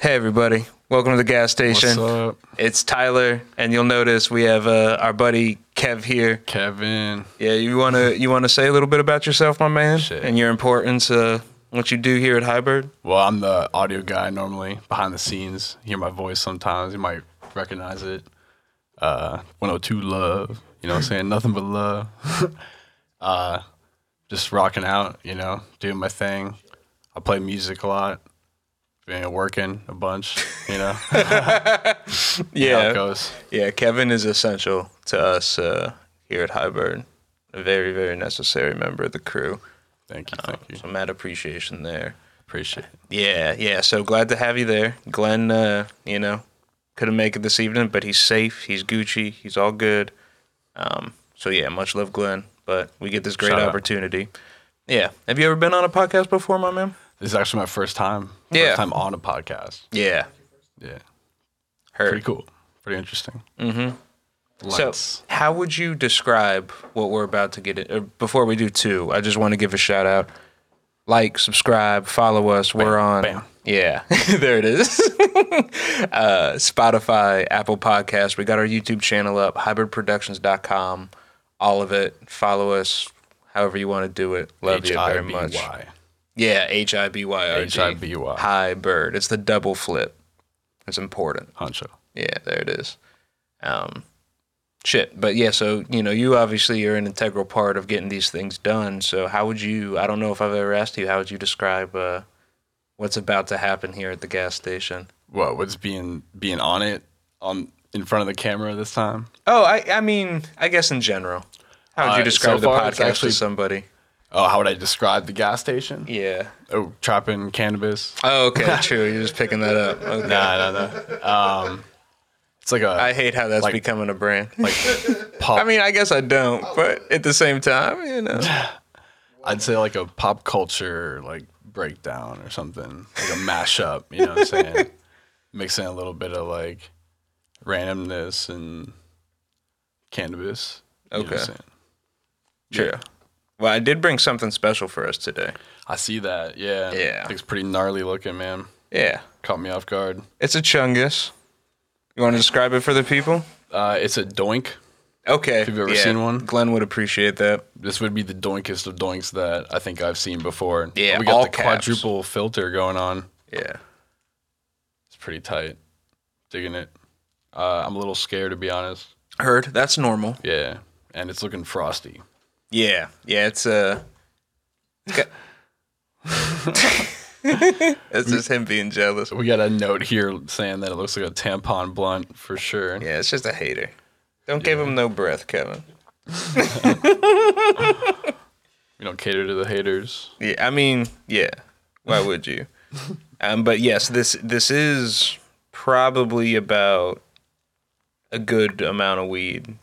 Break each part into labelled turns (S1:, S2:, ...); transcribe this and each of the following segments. S1: Hey, everybody. Welcome to the gas station.
S2: What's up,
S1: It's Tyler, and you'll notice we have uh, our buddy Kev here.
S2: Kevin?
S1: Yeah, you wanna you wanna say a little bit about yourself, my man,
S2: Shit.
S1: and your importance, uh, what you do here at Highbird.
S2: Well, I'm the audio guy normally behind the scenes. You hear my voice sometimes. You might recognize it. Uh, 102 Love. You know what I'm saying? Nothing but love. uh, just rocking out, you know, doing my thing. I play music a lot. Been working a bunch, you know. how it goes.
S1: yeah. Kevin is essential to us uh, here at Highbird. A very very necessary member of the crew.
S2: Thank you. Thank you.
S1: So mad appreciation there.
S2: Appreciate it.
S1: Yeah, yeah. So glad to have you there, Glenn. Uh, you know, couldn't make it this evening, but he's safe. He's Gucci. He's all good. Um, so yeah, much love, Glenn. But we get this great
S2: Shout out.
S1: opportunity. Yeah. Have you ever been on a podcast before, my man?
S2: This is actually my first time.
S1: Yeah.
S2: First time on a podcast.
S1: Yeah.
S2: Yeah.
S1: Heard.
S2: Pretty cool. Pretty interesting. Mm-hmm.
S1: So,
S2: Lights.
S1: how would you describe what we're about to get? In, or before we do, too, I just want to give a shout out. Like, subscribe, follow us. we're on.
S2: bam.
S1: Yeah, there it is. uh, Spotify, Apple Podcasts. We got our YouTube channel up, hybridproductions.com. All of it. Follow us however you want to do it. Love you very much.
S2: H-I-B-Y.
S1: Yeah, H I B Y R D.
S2: H-I-B-Y.
S1: High bird. It's the double flip. It's important.
S2: Honcho.
S1: Yeah, there it is. Um, shit, but yeah. So you know, you obviously are an integral part of getting these things done. So how would you? I don't know if I've ever asked you. How would you describe uh, what's about to happen here at the gas station?
S2: What was being being on it on in front of the camera this time?
S1: Oh, I, I mean, I guess in general, how would you
S2: Uh,
S1: describe
S2: so
S1: the
S2: far, it's
S1: podcast
S2: actually-
S1: to somebody?
S2: Oh, how would I describe the gas station?
S1: Yeah.
S2: Oh, trapping cannabis.
S1: Oh, okay. true. You're just picking that up. Okay.
S2: Nah, nah, nah. Um, it's like a
S1: I hate how that's
S2: Like-
S1: becoming a brand.
S2: like pop.
S1: I mean, I guess I don't, but at the same time, you know.
S2: I'd say like a pop culture like breakdown or something, like a mashup. You know what I'm saying? Mixing a little bit of like randomness and cannabis. you know what I'm
S1: Okay.
S2: saying?
S1: True. Well, I did bring something special for us today.
S2: I see that. Yeah.
S1: Yeah.
S2: It's pretty gnarly looking, man.
S1: Yeah.
S2: Caught me off guard.
S1: It's a chungus. You want to describe it for the people?
S2: Uh, it's a doink.
S1: Okay. Have
S2: you ever seen one?
S1: Glenn would appreciate that.
S2: This would be the doinkest of doinks that I think I've seen before.
S1: Yeah,
S2: we got
S1: all
S2: the
S1: caps.
S2: quadruple filter going on.
S1: Yeah.
S2: It's pretty tight. Digging it. Uh, I'm a little scared to be honest.
S1: Heard. That's normal.
S2: Yeah, and it's looking frosty.
S1: Yeah. Yeah. It's uh. it's got- That's just him being jealous.
S2: We got a note here saying that it looks like a tampon blunt for sure.
S1: Yeah, it's just a hater. Don't give him no breath, Kevin.
S2: We don't cater to the haters.
S1: Yeah, I mean, yeah. Why would you? Um, but yes, this this is probably about a good amount of weed,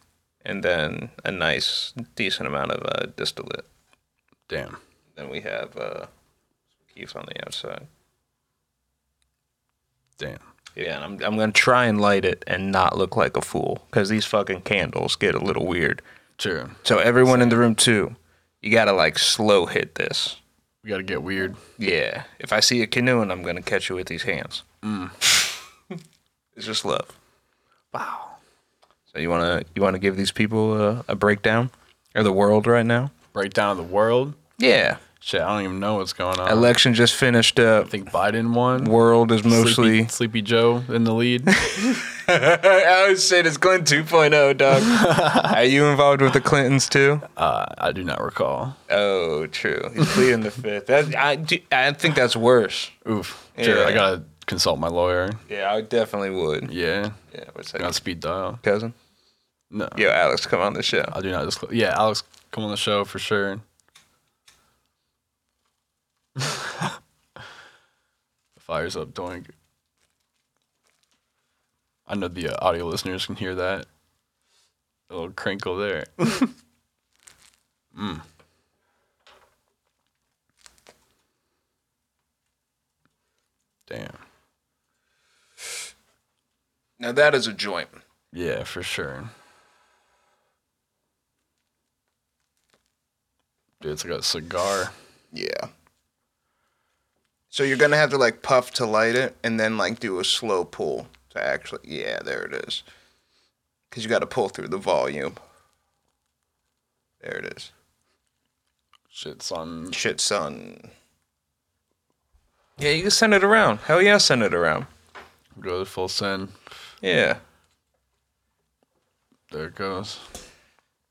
S1: and then a nice, decent amount of uh, distillate.
S2: Damn.
S1: Then we have uh, keeps on the outside.
S2: Damn.
S1: Yeah, and I'm I'm gonna try and light it and not look like a fool because these fucking candles get a little weird.
S2: Sure.
S1: So everyone in the room too, you gotta like slow hit this.
S2: We got to get weird.
S1: Yeah. If I see a canoe and I'm gonna catch you with these hands. it's just love. Wow. So you wanna you wanna give these people a, a breakdown or the world right now?
S2: Breakdown of the world.
S1: Yeah.
S2: Shit, I don't even know what's going on.
S1: Election just finished up.
S2: I think Biden won.
S1: World is mostly
S2: Sleepy, Sleepy Joe in the lead.
S1: oh shit, it's Glenn 2.0, dog. Are you involved with the Clintons too?
S2: uh, I do not recall.
S1: Oh, true. He's pleading the fifth. That, I, do- I think that's worse.
S2: Oof. Sure, I
S1: Yeah.
S2: gotta consult my lawyer.
S1: Yeah, I definitely would.
S2: Yeah.
S1: Yeah, what's
S2: Not
S1: that?
S2: speed dial.
S1: Cousin?
S2: No.
S1: Yo, Alex, come on the show.
S2: I do not disclose. Yeah, Alex, come on the show for sure. the fire's up, doink. I know the uh, audio listeners can hear that. A little crinkle there. Mm. Damn.
S1: Now that is a joint.
S2: Yeah, for sure. Dude, it's like a cigar.
S1: Yeah.
S3: So you're gonna have to like puff to light it, and then like do a slow pull to actually. Yeah, there it is. Because you got to pull through the volume. There it is.
S2: Shit's on.
S3: Shit, son.
S1: Yeah, you can send it around. Hell yeah, send it around.
S2: Go to full send.
S1: Yeah.
S2: There it goes.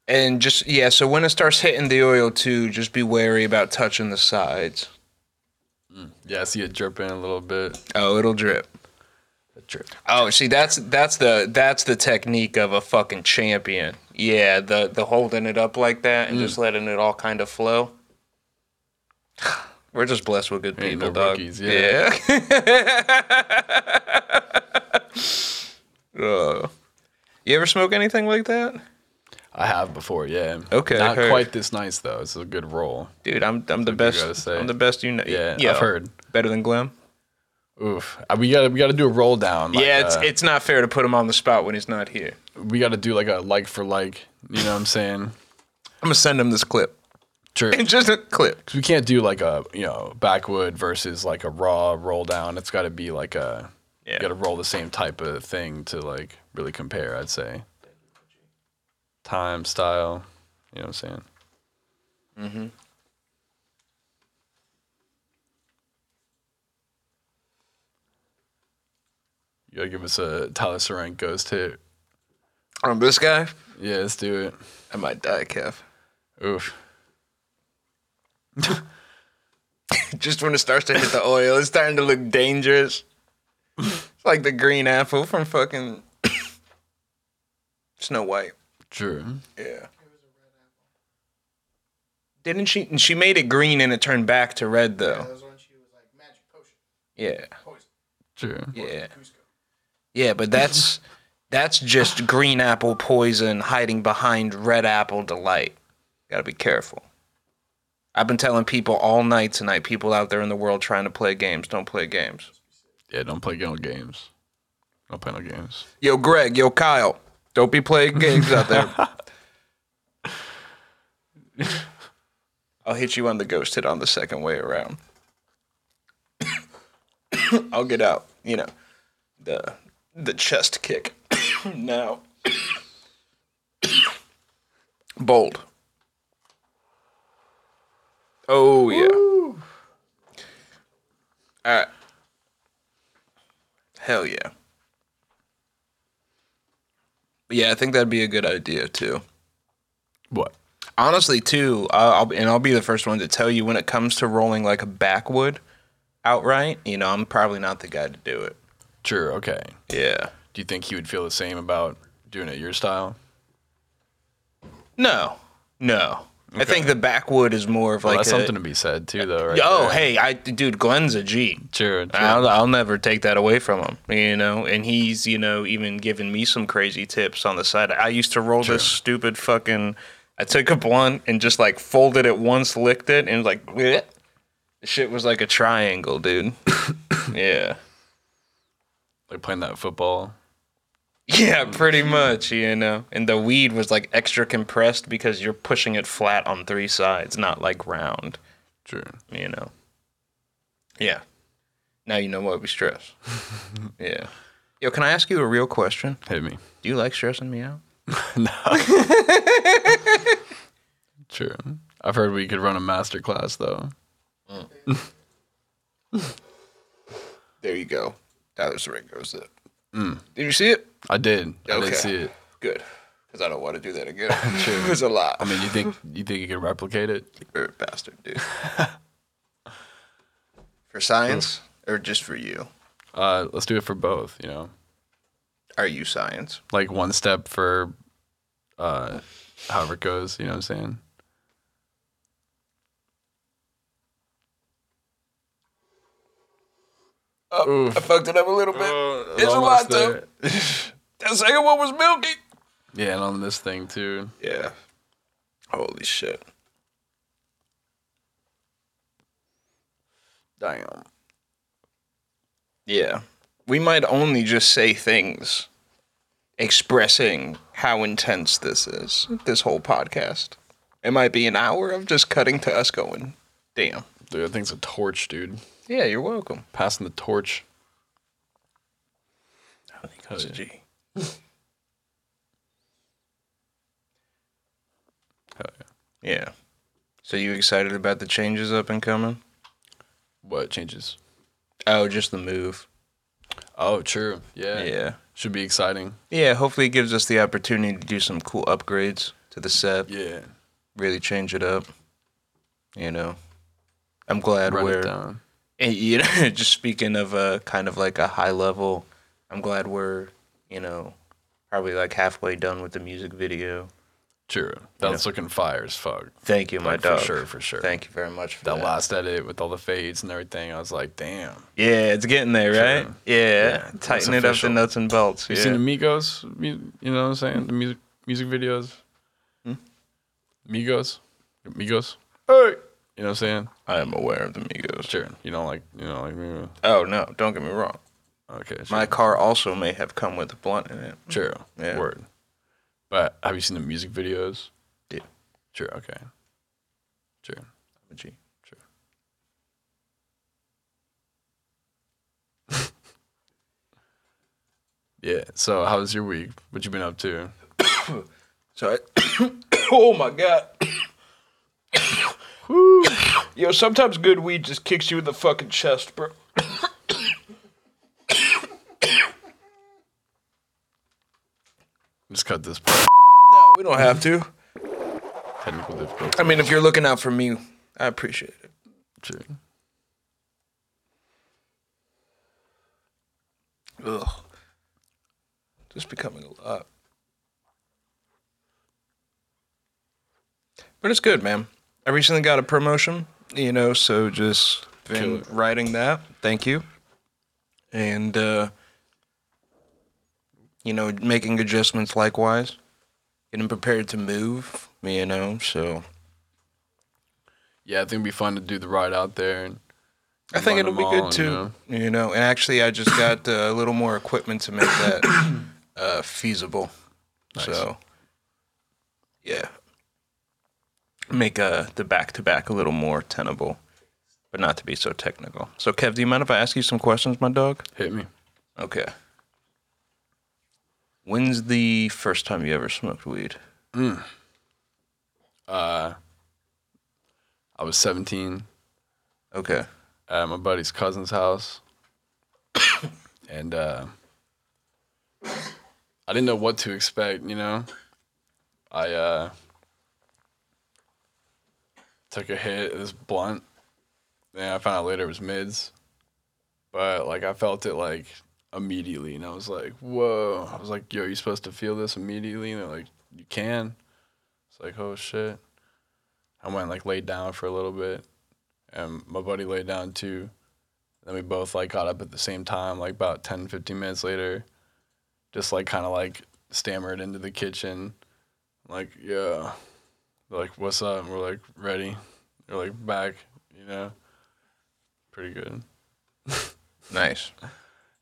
S1: And just yeah, so when it starts hitting the oil too, just be wary about touching the sides.
S2: Yeah, I see it dripping a little bit.
S1: Oh, it'll drip.
S2: It drip.
S1: Oh, see that's that's the that's the technique of a fucking champion. Yeah, the the holding it up like that and
S2: Mm.
S1: just letting it all kind of flow. We're just blessed with good
S2: Ain't
S1: people,
S2: no
S1: dog.
S2: rookies, yeah.
S1: Yeah. Uh, you ever smoke anything like that?
S2: I have before, yeah.
S1: Okay,
S2: Not
S1: heard.
S2: quite this nice though. It's a good roll.
S1: Dude, I'm I'm the
S2: That's what you gotta
S1: best.
S2: say.
S1: I'm the best you know.
S2: Yeah, I've heard.
S1: Better than Glim.
S2: Oof. Uh, We gotta we gotta do a roll down. like,
S1: yeah, it's
S2: uh,
S1: it's not fair to put him on the spot when he's not here.
S2: we gotta do like a like for like. You know what I'm saying?
S1: I'm gonna send him this clip.
S2: True.
S1: Just a clip.
S2: we can't do like a you know backwood versus like a raw roll down. It's got to be like a
S1: Yeah.
S2: you got to roll the same type of thing to like really compare. I'd say time style. You know what I'm saying? You gotta give us a Tyler Sorrent ghost hit.
S1: On Um, this guy,
S2: Yeah, let's do it.
S1: I might die, Kev.
S2: Oof.
S1: Just when it starts to hit the oil, it's starting to look dangerous. It's like the green apple from fucking Snow White.
S2: True.
S1: Yeah. Didn't she? and She made it green and it turned back to red though.
S4: That was when she was like magic potion.
S1: Yeah.
S2: True.
S1: Yeah.
S4: Cusco.
S1: Yeah, but that's that's just green apple poison hiding behind red apple delight. Gotta be careful. I've been telling people all night tonight, people out there in the world trying to play games, don't play games.
S2: Yeah, don't play no games. Don't play no games.
S1: Yo, Greg, yo, Kyle, don't be playing games out there. I'll hit you on the ghost hit on the second way around. I'll get out, you know, the the chest kick. now, bold. Oh yeah. All right. Hell yeah. But Yeah, I think that'd be a good idea too.
S2: What?
S1: Honestly, too, I- I'll, and I'll be the first one to tell you when it comes to rolling like a backwood outright, you know, I'm probably not the guy to do it.
S2: True. Okay.
S1: Yeah.
S2: Do you think he would feel the same about doing it your style?
S1: No, no. I think the backwood is more of
S2: Well,
S1: like
S2: that's
S1: a-
S2: something to be said too, though. Right
S1: oh,
S2: there.
S1: hey, I dude, Glenn's a G.
S2: True. true.
S1: I'll, I'll never take that away from him, you know. And he's, you know, even given me some crazy tips on the side. I used to roll this stupid fucking. I took a blunt and just like folded it once, licked it, and like, bleh. the shit was like a triangle, dude. yeah,
S2: like playing that football.
S1: yeah, pretty much, you know. And the weed was like extra compressed because you're pushing it flat on three sides, not like round,
S2: True.
S1: you know. Yeah. Now you know why we stress. yeah. Yo, can I ask you a real question?
S2: Hit me.
S1: Do you like stressing me out?
S2: True. I've heard we could run a master class though.
S3: There you go. Tyler Serengo's it.
S1: Did you see it?
S2: I did. I
S3: Okay.
S2: did see it.
S3: Good, because I don't want to do that again. it was a lot.
S2: I mean, you think you think you could replicate it?
S3: You're a bastard, dude. for science or just for you?
S2: Uh, let's do it for both. You know,
S3: Are you science?
S2: like one step for, uh, however it goes. You know what I'm saying? Oof. Uh,
S3: I fucked it up a little bit. it's a lot
S2: Almost
S3: though.
S2: there.
S3: That second one was milky.
S2: Yeah, and on this thing too.
S3: Yeah. Holy shit. Damn.
S1: Yeah. We might only just say things expressing how intense this is, this whole podcast. It might be an hour of just cutting to us going, damn.
S2: Dude, that thing's a torch, dude.
S1: Yeah, you're welcome.
S2: Passing the torch.
S1: That's a
S2: Hell
S1: G.
S2: Hell yeah.
S1: Yeah. So you excited about the changes up and coming?
S2: What changes?
S1: Oh, just the move.
S2: Oh, true. Yeah.
S1: Yeah.
S2: Should be exciting.
S1: Yeah, hopefully it gives us the opportunity to do some cool upgrades to the set,
S2: Yeah.
S1: really change it up. You know. I'm glad
S2: Run it
S1: we're
S2: down.
S1: And, you know, just speaking of a kind of like a high level, I'm glad we're, you know, probably like halfway done with the music video.
S2: True. That's looking fire as fuck.
S1: Thank you, my
S2: Like, for
S1: dog.
S2: sure, for sure.
S1: Thank you very much for
S2: That
S1: that.
S2: last edit with all the fades and everything, I was like, damn.
S1: Yeah, it's getting there, right?
S2: Sure.
S1: Yeah.
S2: Yeah, that's
S1: Tighten it up to
S2: official.
S1: nuts and bolts.
S2: You
S1: yeah.
S2: seen the Migos? mu- You know what I'm saying? The music music videos. Hmm? Migos, Migos. Hey, you know what I'm saying?
S1: I am aware of the Migos.
S2: Sure. You don't like you know like Migos.
S1: Oh, no, don't get me wrong.
S2: Okay. Sure.
S1: My car also may have come with a blunt in it.
S2: True.
S1: Yeah.
S2: Word. But have you seen the music videos?
S1: Yeah.
S2: True. Okay. True.
S1: Gee.
S2: Yeah. So how was your week? What you been up to?
S1: So, I- oh my god. Woo. Yo, sometimes good weed just kicks you in the fucking chest, bro.
S2: Just cut this part.
S1: No, we don't have to.
S2: Technical difficulty.
S1: I mean, if you're looking out for me, I appreciate it.
S2: True.
S1: Ugh. Just becoming a lot. But it's good, man. I recently got a promotion, you know, so just been writing that. Thank you. And, uh, you know, making adjustments likewise. Getting prepared to move, you know, so.
S2: Yeah, I think it'd be fun to do the ride out there. And
S1: I think
S2: run
S1: it'll
S2: them
S1: be
S2: all,
S1: good too.
S2: You
S1: You
S2: know?
S1: know? and actually, I just got uh, a little more equipment to make that uh, feasible. So, yeah, make uh, the back to back a little more tenable, but not to be so technical. So, Kev, do you mind if I ask you some questions, my dog?
S2: Hit me.
S1: Okay. When's the first time you ever smoked weed?
S2: Uh, I was 17
S1: Okay.
S2: at Uh, my buddy's cousin's house, and uh, I didn't know what to expect. You know, I uh, took a hit of this blunt, and I found out later it was mids, but like I felt it like immediately, and I was like, "Whoa!" I was like, "Yo, you supposed to feel this immediately?" And they're like, "You can." It's like, "Oh shit." I went like laid down for a little bit and my buddy laid down too. Then we both like got up at the same time, like about 10, 15 minutes later, just like kind of like stammered into the kitchen, like, yeah, They're like, what's up? And we're like, ready. They're like, back, you know, pretty good.
S1: Nice.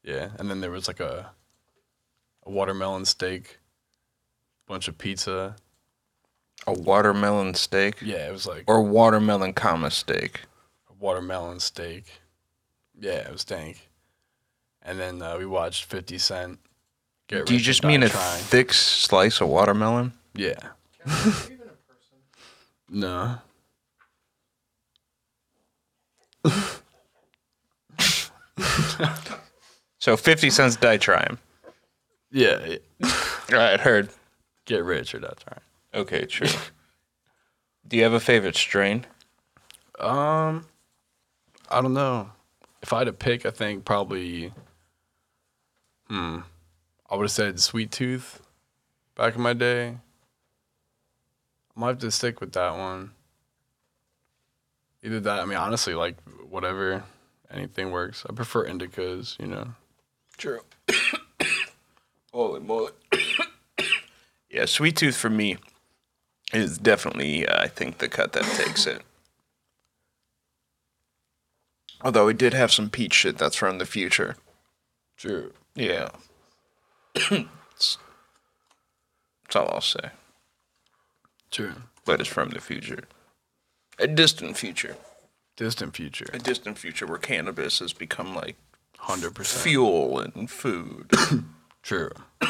S2: Yeah. And then there was like a, a watermelon steak, bunch of pizza.
S1: A watermelon steak
S2: Yeah, it was like
S1: or watermelon comma steak?
S2: watermelon steak. Yeah, it was dank. And then uh, we watched 50 Cent. Get
S1: Do you
S2: Rich or
S1: just
S2: Die
S1: mean a
S2: Trying.
S1: thick slice of watermelon?
S2: yeah.
S4: Are you even a person?
S2: No.
S1: So 50 cents die trying.
S2: Yeah. yeah.
S1: All right, heard.
S2: Get Rich or Die Trying.
S1: Okay, true. Do you have a favorite strain?
S2: Um, I don't know. If I had to pick, I think probably, hmm, I would have said Sweet Tooth back in my day. I might have to stick with that one. Either that, I mean, honestly, like whatever, anything works. I prefer indicas, you know.
S1: True. Holy moly. yeah, sweet tooth for me is definitely, uh, I think, the cut that takes it.
S3: Although we did have some peach shit that's from the future.
S2: True.
S1: Yeah. It's- that's all I'll say.
S2: True.
S1: But it's from the future. A distant future.
S2: Distant future.
S1: a distant future where cannabis has become like
S2: 100%.
S1: fuel and food.
S2: True.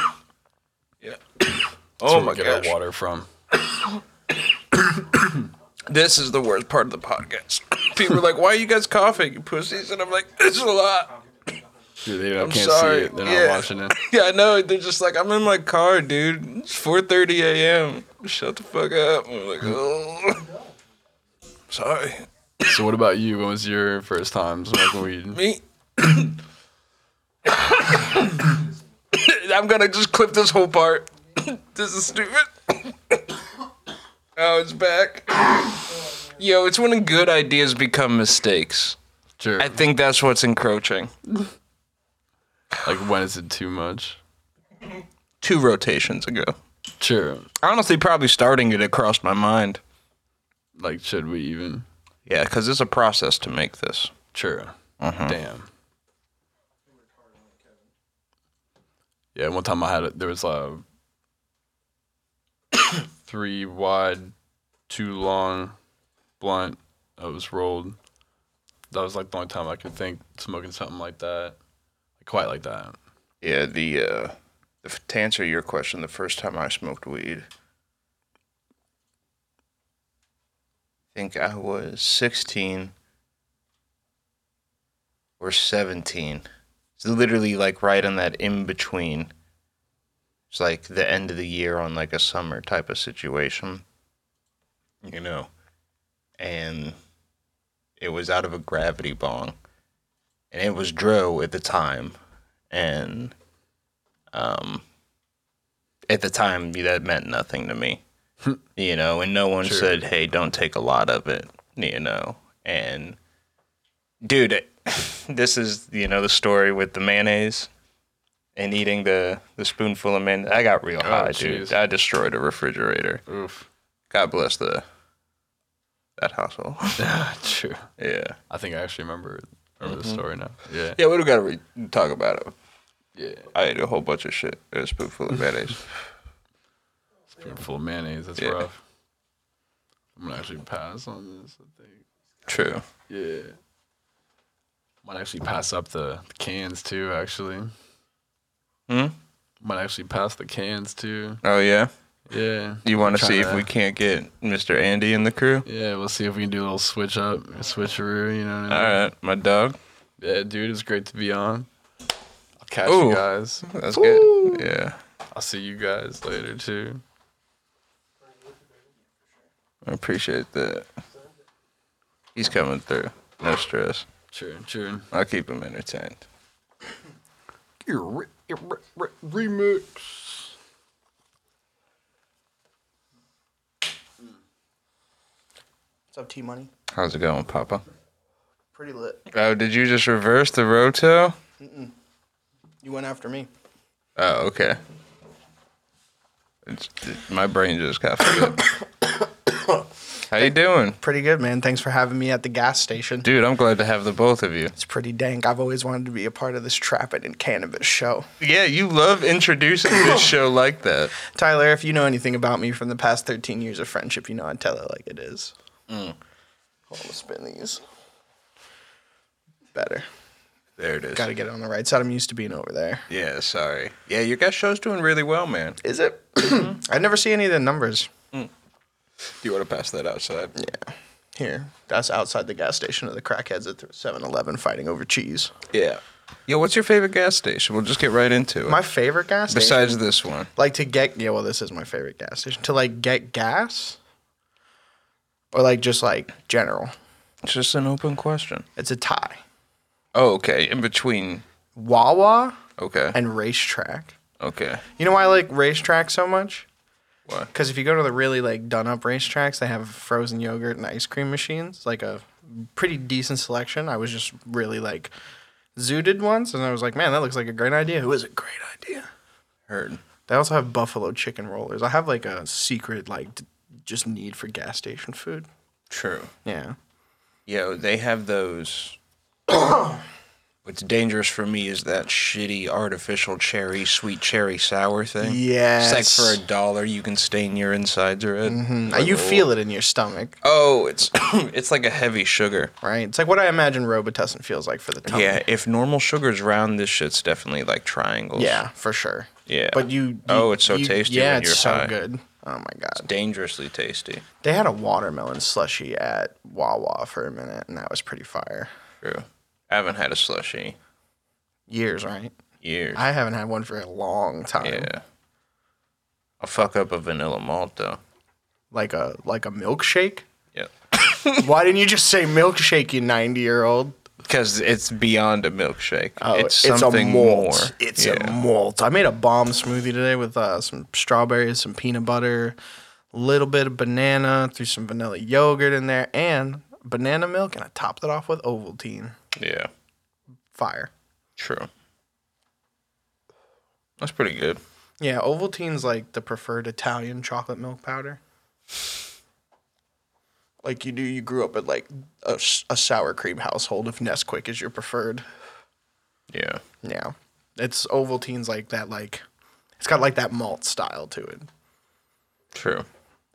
S1: yeah.
S2: That's
S1: Oh
S2: where
S1: my
S2: we get our
S1: gosh.
S2: water from.
S1: This is the worst part of the podcast. People are like, "Why are you guys coughing, you pussies?" And I'm like, "It's a lot."
S2: Dude, they can't
S1: sorry.
S2: see it. They're
S1: Yeah.
S2: not watching it.
S1: Yeah, I know. They're just like, "I'm in my car, dude. It's 4:30 a.m. Shut the fuck up." And we're like, "Oh, sorry,
S2: So what about you? When was your first time smoking weed?
S1: me." I'm gonna just clip this whole part. this is stupid. oh, it's back. Yo, it's when good ideas become mistakes.
S2: Sure.
S1: I think that's what's encroaching.
S2: Like when is it too much?
S1: two rotations ago.
S2: Sure.
S1: Honestly, probably starting it, it crossed my mind.
S2: Like should we even?
S1: Yeah, because it's a process to make this.
S2: Sure. Damn. Yeah, one time I had it. There was a three wide, two long, blunt. I was rolled. That was like the only time I could think smoking something like that, quite like that.
S1: Yeah, the uh, if, to answer your question, the first time I smoked weed, I think I was sixteen or seventeen. It's literally like right in that in between. It's like the end of the year on like a summer type of situation, you know, and it was out of a gravity bong, and it was Dro at the time and um, at the time that meant nothing to me, you know. And no one
S2: Sure.
S1: said, "Hey, don't take a lot of it," you know. And dude, it- this is you know the story with the mayonnaise and eating the the spoonful of mayonnaise. I got real high, dude.
S2: jeez.
S1: I destroyed a refrigerator.
S2: Oof.
S1: God bless the that household.
S2: True.
S1: yeah,
S2: I think I actually remember remember
S1: Mm-hmm.
S2: the story now. Yeah.
S1: yeah. We don't gotta re- talk about it.
S2: Yeah.
S1: I ate a whole bunch of shit. A spoonful of mayonnaise.
S2: Full of mayonnaise. That's
S1: Yeah.
S2: rough. I'm gonna actually pass on this. I think.
S1: True.
S2: Yeah. Might actually pass up the, the cans too. Actually.
S1: Hmm?
S2: Might actually pass the cans too.
S1: Oh yeah.
S2: Yeah.
S1: You want to
S2: trying
S1: see if
S2: to-
S1: we can't get Mr. Andy in the crew?
S2: Yeah. We'll see if we can do a little switch up, a switcheroo. You know what I mean?
S1: All right, my dog.
S2: Yeah, dude. It's great to be on. I'll catch
S1: Ooh.
S2: you guys.
S1: That's good. Yeah,
S2: I'll see you guys later too.
S1: I appreciate that. He's coming through. No stress.
S2: Cheering, cheering.
S1: I'll keep him entertained.
S2: Re- re- re- remix.
S4: What's up, T Money?
S1: How's it going, Papa?
S4: Pretty lit.
S1: Oh, did you just reverse the roto?
S4: You went after me.
S1: Oh, okay. It's, my brain just got flipped. How you doing,
S4: Pretty good, man. Thanks for having me at the gas station.
S1: dude? I'm glad to have the both of you.
S4: It's pretty dank. I've always wanted to be a part of this trapping and cannabis show.
S1: Yeah, you love introducing this show like that.
S4: Tyler, if you know anything about me from the past 13 years of friendship, you know I'd tell it like it is. Mm. Hold on, let's spin these. Better.
S1: There it is.
S4: Got to get it on the right side. I'm used to being over there.
S1: Yeah, sorry. Yeah, your guest show's doing really well, man.
S4: Is it? I never see any of the numbers.
S1: Do you want to pass that outside?
S4: Yeah. Here. That's outside the gas station of the crackheads at 7 Eleven fighting over cheese.
S1: Yeah. Yo, what's your favorite gas station? We'll just get right into it.
S4: My favorite gas station.
S1: Besides this one.
S4: like to get yeah well this is my favorite gas station to like get gas or like just like general
S1: It's just an open question.
S4: it's a tie
S1: Oh, okay. In between.
S4: wawa
S1: Okay.
S4: and racetrack
S1: Okay.
S4: you know why i like racetrack so much
S1: Why?
S4: because if you go to the really like done up racetracks they have frozen yogurt and ice cream machines like a pretty decent selection i was just really like zooted once and i was like man that looks like a great idea it was a great idea
S1: Heard.
S4: They also have buffalo chicken rollers. I have like a secret like d- just need for gas station food.
S1: True.
S4: Yeah.
S1: Yo, they have those. What's dangerous for me is that shitty artificial cherry, sweet cherry sour thing.
S4: Yes.
S1: It's like for a dollar, you can stain your insides red.
S4: Mhm. you feel it in your stomach,
S1: Oh, it's it's like a heavy sugar.
S4: right? It's like what I imagine Robitussin feels like for the tummy.
S1: Yeah, if normal sugar's round, this shit's definitely like triangles.
S4: Yeah, for sure.
S1: Yeah.
S4: But you, you-
S1: Oh, it's so
S4: you-
S1: tasty
S4: Yeah,
S1: when
S4: it's
S1: you're
S4: so
S1: high.
S4: good. Oh my god.
S1: dangerously tasty.
S4: They had a watermelon slushy at Wawa for a minute, and that was pretty fire.
S1: True. I haven't had a slushy
S4: Years, right?
S1: in years.
S4: I haven't had one for a long time.
S1: yeah. I'll fuck up a vanilla malt though.
S4: Like a like a milkshake.
S1: Yep.
S4: Why didn't you just say milkshake, you ninety year old?
S1: Because it's beyond a milkshake.
S4: Oh,
S1: it's something more.
S4: It's
S1: Yeah.
S4: a malt. I made a bomb smoothie today with uh, some strawberries, some peanut butter, a little bit of banana, threw some vanilla yogurt in there, and banana milk, and I topped it off with Ovaltine.
S1: Yeah.
S4: Fire.
S1: True. That's pretty good.
S4: Yeah, Ovaltine's like the preferred Italian chocolate milk powder. Like you do, you grew up at like a, s- a sour cream household. If Nesquik is your preferred,
S1: Yeah.
S4: yeah, it's Ovaltine's like that. Like it's got like that malt style to it.
S1: True.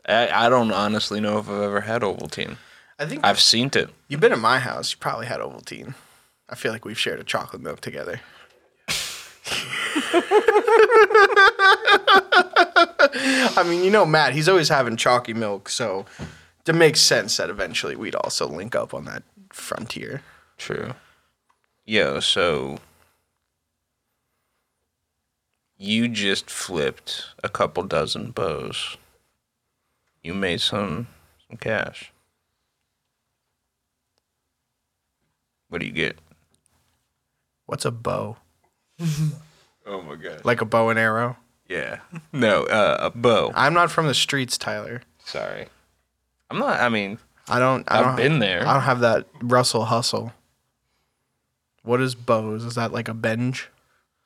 S1: I, I don't honestly know if I've ever had Ovaltine.
S4: I think
S1: I've seen it.
S4: You've been at my house. You probably had Ovaltine. I feel like we've shared a chocolate milk together. I mean, you know, Matt, he's always having chalky milk, so it makes sense that eventually we'd also link up on that frontier.
S1: True. Yo, so you just flipped a couple dozen bows. You made some some cash. What do you get?
S4: What's a bow?
S1: Oh my god.
S4: Like a bow and arrow?
S1: Yeah. No, uh, a bow.
S4: I'm not from the streets, Tyler.
S1: Sorry. I'm not I mean,
S4: I don't. I
S1: I've
S4: don't,
S1: been there.
S4: I don't have that Russell hustle. What is bows? Is that like a bench?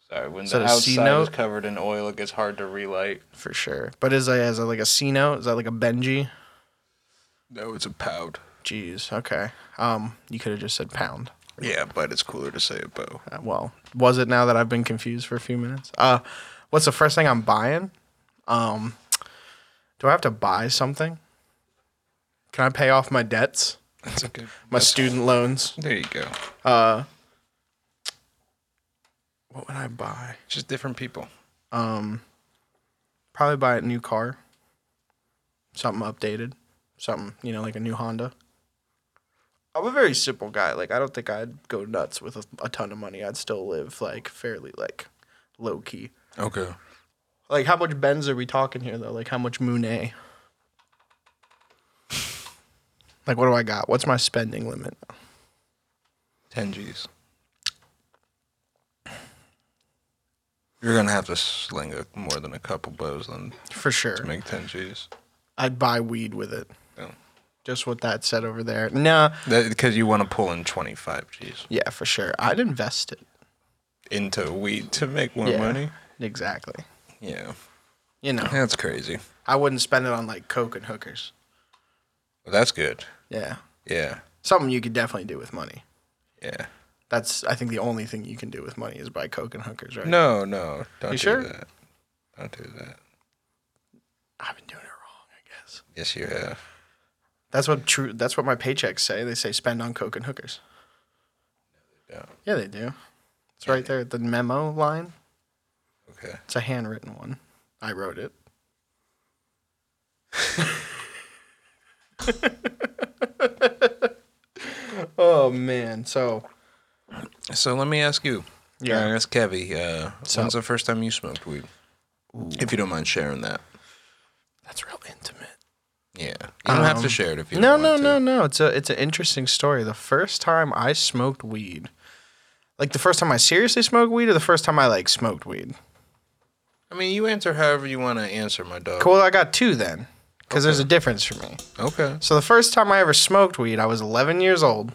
S1: sorry, when
S4: So
S1: the
S4: the C
S1: outside is
S4: note?
S1: covered in oil, it gets hard to relight.
S4: for sure. But is that, is that like a C note? Is that like a Benji?
S5: No, it's a pound.
S4: Jeez. Okay. Um, you could have just said pound.
S5: Yeah, but it's cooler to say a bow.
S4: Uh, well, was it now that I've been confused for a few minutes? Uh, what's the first thing I'm buying? Um, do I have to buy something? Can I pay off my debts?
S5: That's a good.
S4: My student loans?
S5: There you go.
S4: Uh, what would I buy?
S5: Just different people.
S4: Um, probably buy a new car. Something updated. Something, you know, like a new Honda. I'm a very simple guy. Like, I don't think I'd go nuts with a, a ton of money. I'd still live, like, fairly, like, low key.
S5: Okay.
S4: Like, how much Benz are we talking here, though? Like, how much Mooney? Like, what do I got? What's my spending limit?
S5: Ten G's.
S1: You're gonna have to sling a, more than a couple bows then
S4: For sure.
S1: make ten G's.
S4: I'd buy weed with it.
S1: Yeah.
S4: Just what that said over there. Nah.
S1: Because you want to pull in 25 G's
S4: Yeah, for sure. I'd invest it.
S1: into weed to make more
S4: Yeah.
S1: money.
S4: Exactly.
S1: Yeah.
S4: You know.
S1: That's crazy.
S4: I wouldn't spend it on like coke and hookers.
S1: Well, that's good.
S4: Yeah.
S1: Yeah.
S4: Something you could definitely do with money.
S1: Yeah.
S4: That's I think the only thing you can do with money is buy coke and hookers, right?
S1: No, no. Don't
S4: You
S1: do
S4: sure?
S1: that. Don't do that.
S4: I've been doing it wrong, I guess.
S1: Yes, you have.
S4: That's what true that's what my paychecks say. They say spend on coke and hookers.
S1: they don't.
S4: Yeah, they do. It's right there at the memo line.
S1: Okay.
S4: It's a handwritten one. I wrote it. oh man. So
S1: So let me ask you.
S4: Yeah.
S1: All right, ask Kevy. Uh,
S4: So-
S1: when's the first time you smoked weed? If you don't mind sharing that.
S4: that's real intimate.
S1: Yeah. You don't have to share it if you
S4: Um, No,
S1: don't
S4: no,
S1: want to.
S4: no, no. It's a it's an interesting story. The first time I smoked weed, like the first time I seriously smoked weed, or the first time I like smoked weed.
S1: I mean, you answer however you want to answer, my dog.
S4: Cool, I got two then, because there's a difference for me.
S1: Okay.
S4: So the first time I ever smoked weed, I was 11 years old.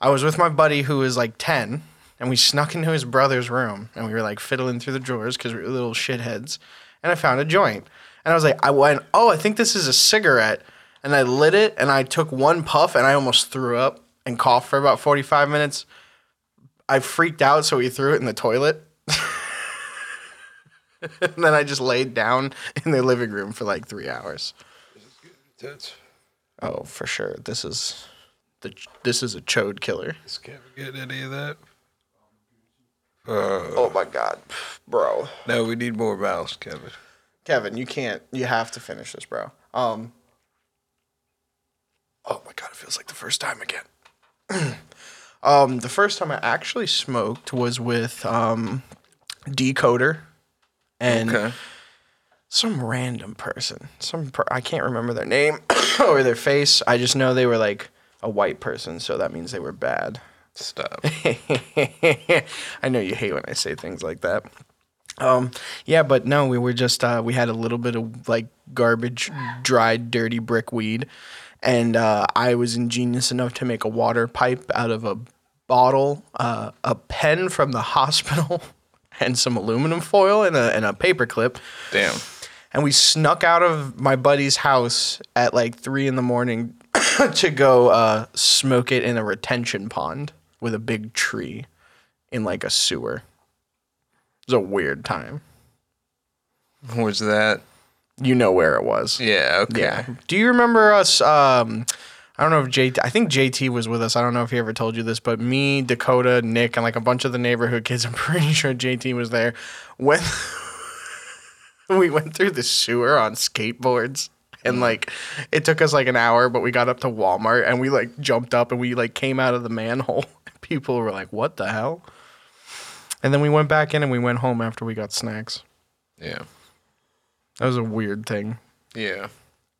S4: I was with my buddy who was like 10, and we snuck into his brother's room, and we were like fiddling through the drawers because we were little shitheads. And I found a joint, and I was like, I went, oh, I think this is a cigarette, and I lit it, and I took one puff, and I almost threw up and coughed for about 45 minutes. I freaked out, so he threw it in the toilet. and then I just laid down in their living room for like three hours.
S1: That's
S4: Oh, for sure. This is the this is a chode killer.
S1: can't get any of that.
S4: Oh my god, bro.
S1: No, we need more mouse, Kevin.
S4: Kevin, you can't. You have to finish this, bro. Um. Oh my god, it feels like the first time again. um, the first time I actually smoked was with um, Decoder, and some random person. Some per- I can't remember their name or their face. I just know they were like a white person, so that means they were bad.
S1: Stop.
S4: I know you hate when I say things like that. Um, yeah, but no, we were just uh, we had a little bit of like garbage, dried, dirty brick weed, and uh, I was ingenious enough to make a water pipe out of a bottle, uh, a pen from the hospital, and some aluminum foil and a and a paper clip
S1: Damn.
S4: and we snuck out of my buddy's house at like three in the morning to go uh, smoke it in a retention pond with a big tree in like a sewer. It was a weird time.
S1: Was that?
S4: You know where it was.
S1: Yeah. Okay.
S4: Yeah. Do you remember us? Um, I don't know if JT, I think JT was with us. I don't know if he ever told you this, but me, Dakota, Nick, and like a bunch of the neighborhood kids, I'm pretty sure JT was there when we went through the sewer on skateboards. And like, it took us like an hour, but we got up to Walmart and we like jumped up and we like came out of the manhole. People were like, what the hell? And then we went back in and we went home after we got snacks.
S1: Yeah.
S4: That was a weird thing.
S1: Yeah.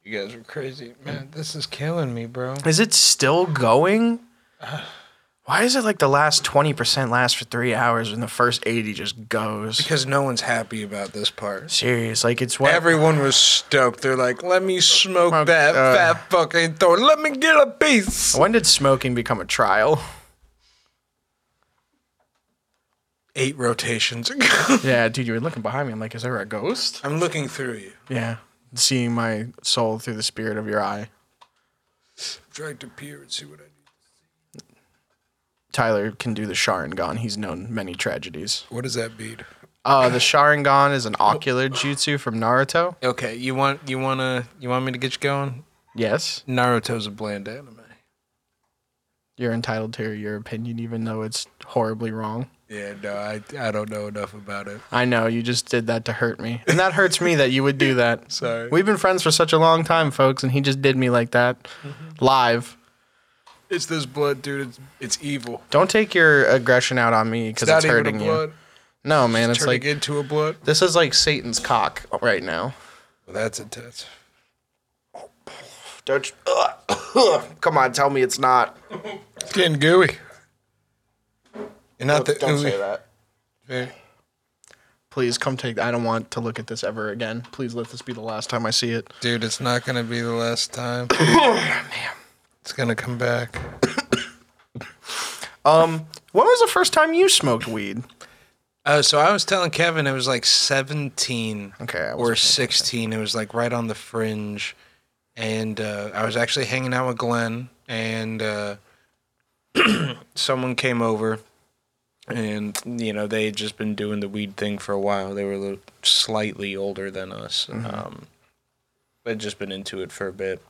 S1: You guys are crazy, man. This is killing me, bro.
S4: Is it still going? Why is it like the last 20% lasts for three hours and the first 80 just goes?
S1: Because no one's happy about this part.
S4: Serious. Like it's what?
S1: Everyone was stoked. They're like, "Let me smoke that
S4: uh,
S1: fat fucking thorn. Let me get a piece."
S4: when did smoking become a trial?
S1: Eight rotations.
S4: yeah, dude, you were looking behind me. I'm like, is there a ghost?
S1: I'm looking through you.
S4: Yeah. Seeing my soul through the spirit of your eye.
S1: trying to peer and see what I need.
S4: Tyler can do the Sharingan. He's known many tragedies.
S1: What does that mean?
S4: Uh, the Sharingan is an ocular jutsu from Naruto.
S1: Okay, you want you want to you want me to get you going?
S4: Yes.
S1: Naruto's a bland anime.
S4: You're entitled to your opinion, even though it's horribly wrong.
S1: Yeah, no, I I don't know enough about it.
S4: I know you just did that to hurt me, and that hurts me that you would do that.
S1: Sorry.
S4: We've been friends for such a long time, folks, and he just did me like that,
S1: Mm-hmm.
S4: live.
S1: It's this blood, dude. It's it's evil.
S4: Don't take your aggression out on me because it's,
S1: Not even a
S4: hurting you.
S1: blood.
S4: No, man, it's
S1: Turning
S4: like
S1: into a blood.
S4: this is like Satan's cock right now.
S1: Well, that's intense.
S4: Don't you, come on, tell me it's not.
S1: It's getting gooey. And not the
S4: Don't
S1: ooey.
S4: say that.
S1: Yeah.
S4: Please come take. I don't want to look at this ever again. Please let this be the last time I see it.
S1: Dude, it's not gonna be the last time. It's gonna come back.
S4: Um, when was the first time you smoked weed?
S1: Uh, so I was telling Kevin it was like 17
S4: Okay, I
S1: or
S4: wasn't
S1: 16. It was like right on the fringe. And uh, I was actually hanging out with Glenn, and uh, someone came over. And, you know, they had just been doing the weed thing for a while. They were a little slightly older than us,
S4: Mm-hmm.
S1: um, but had just been into it for a bit.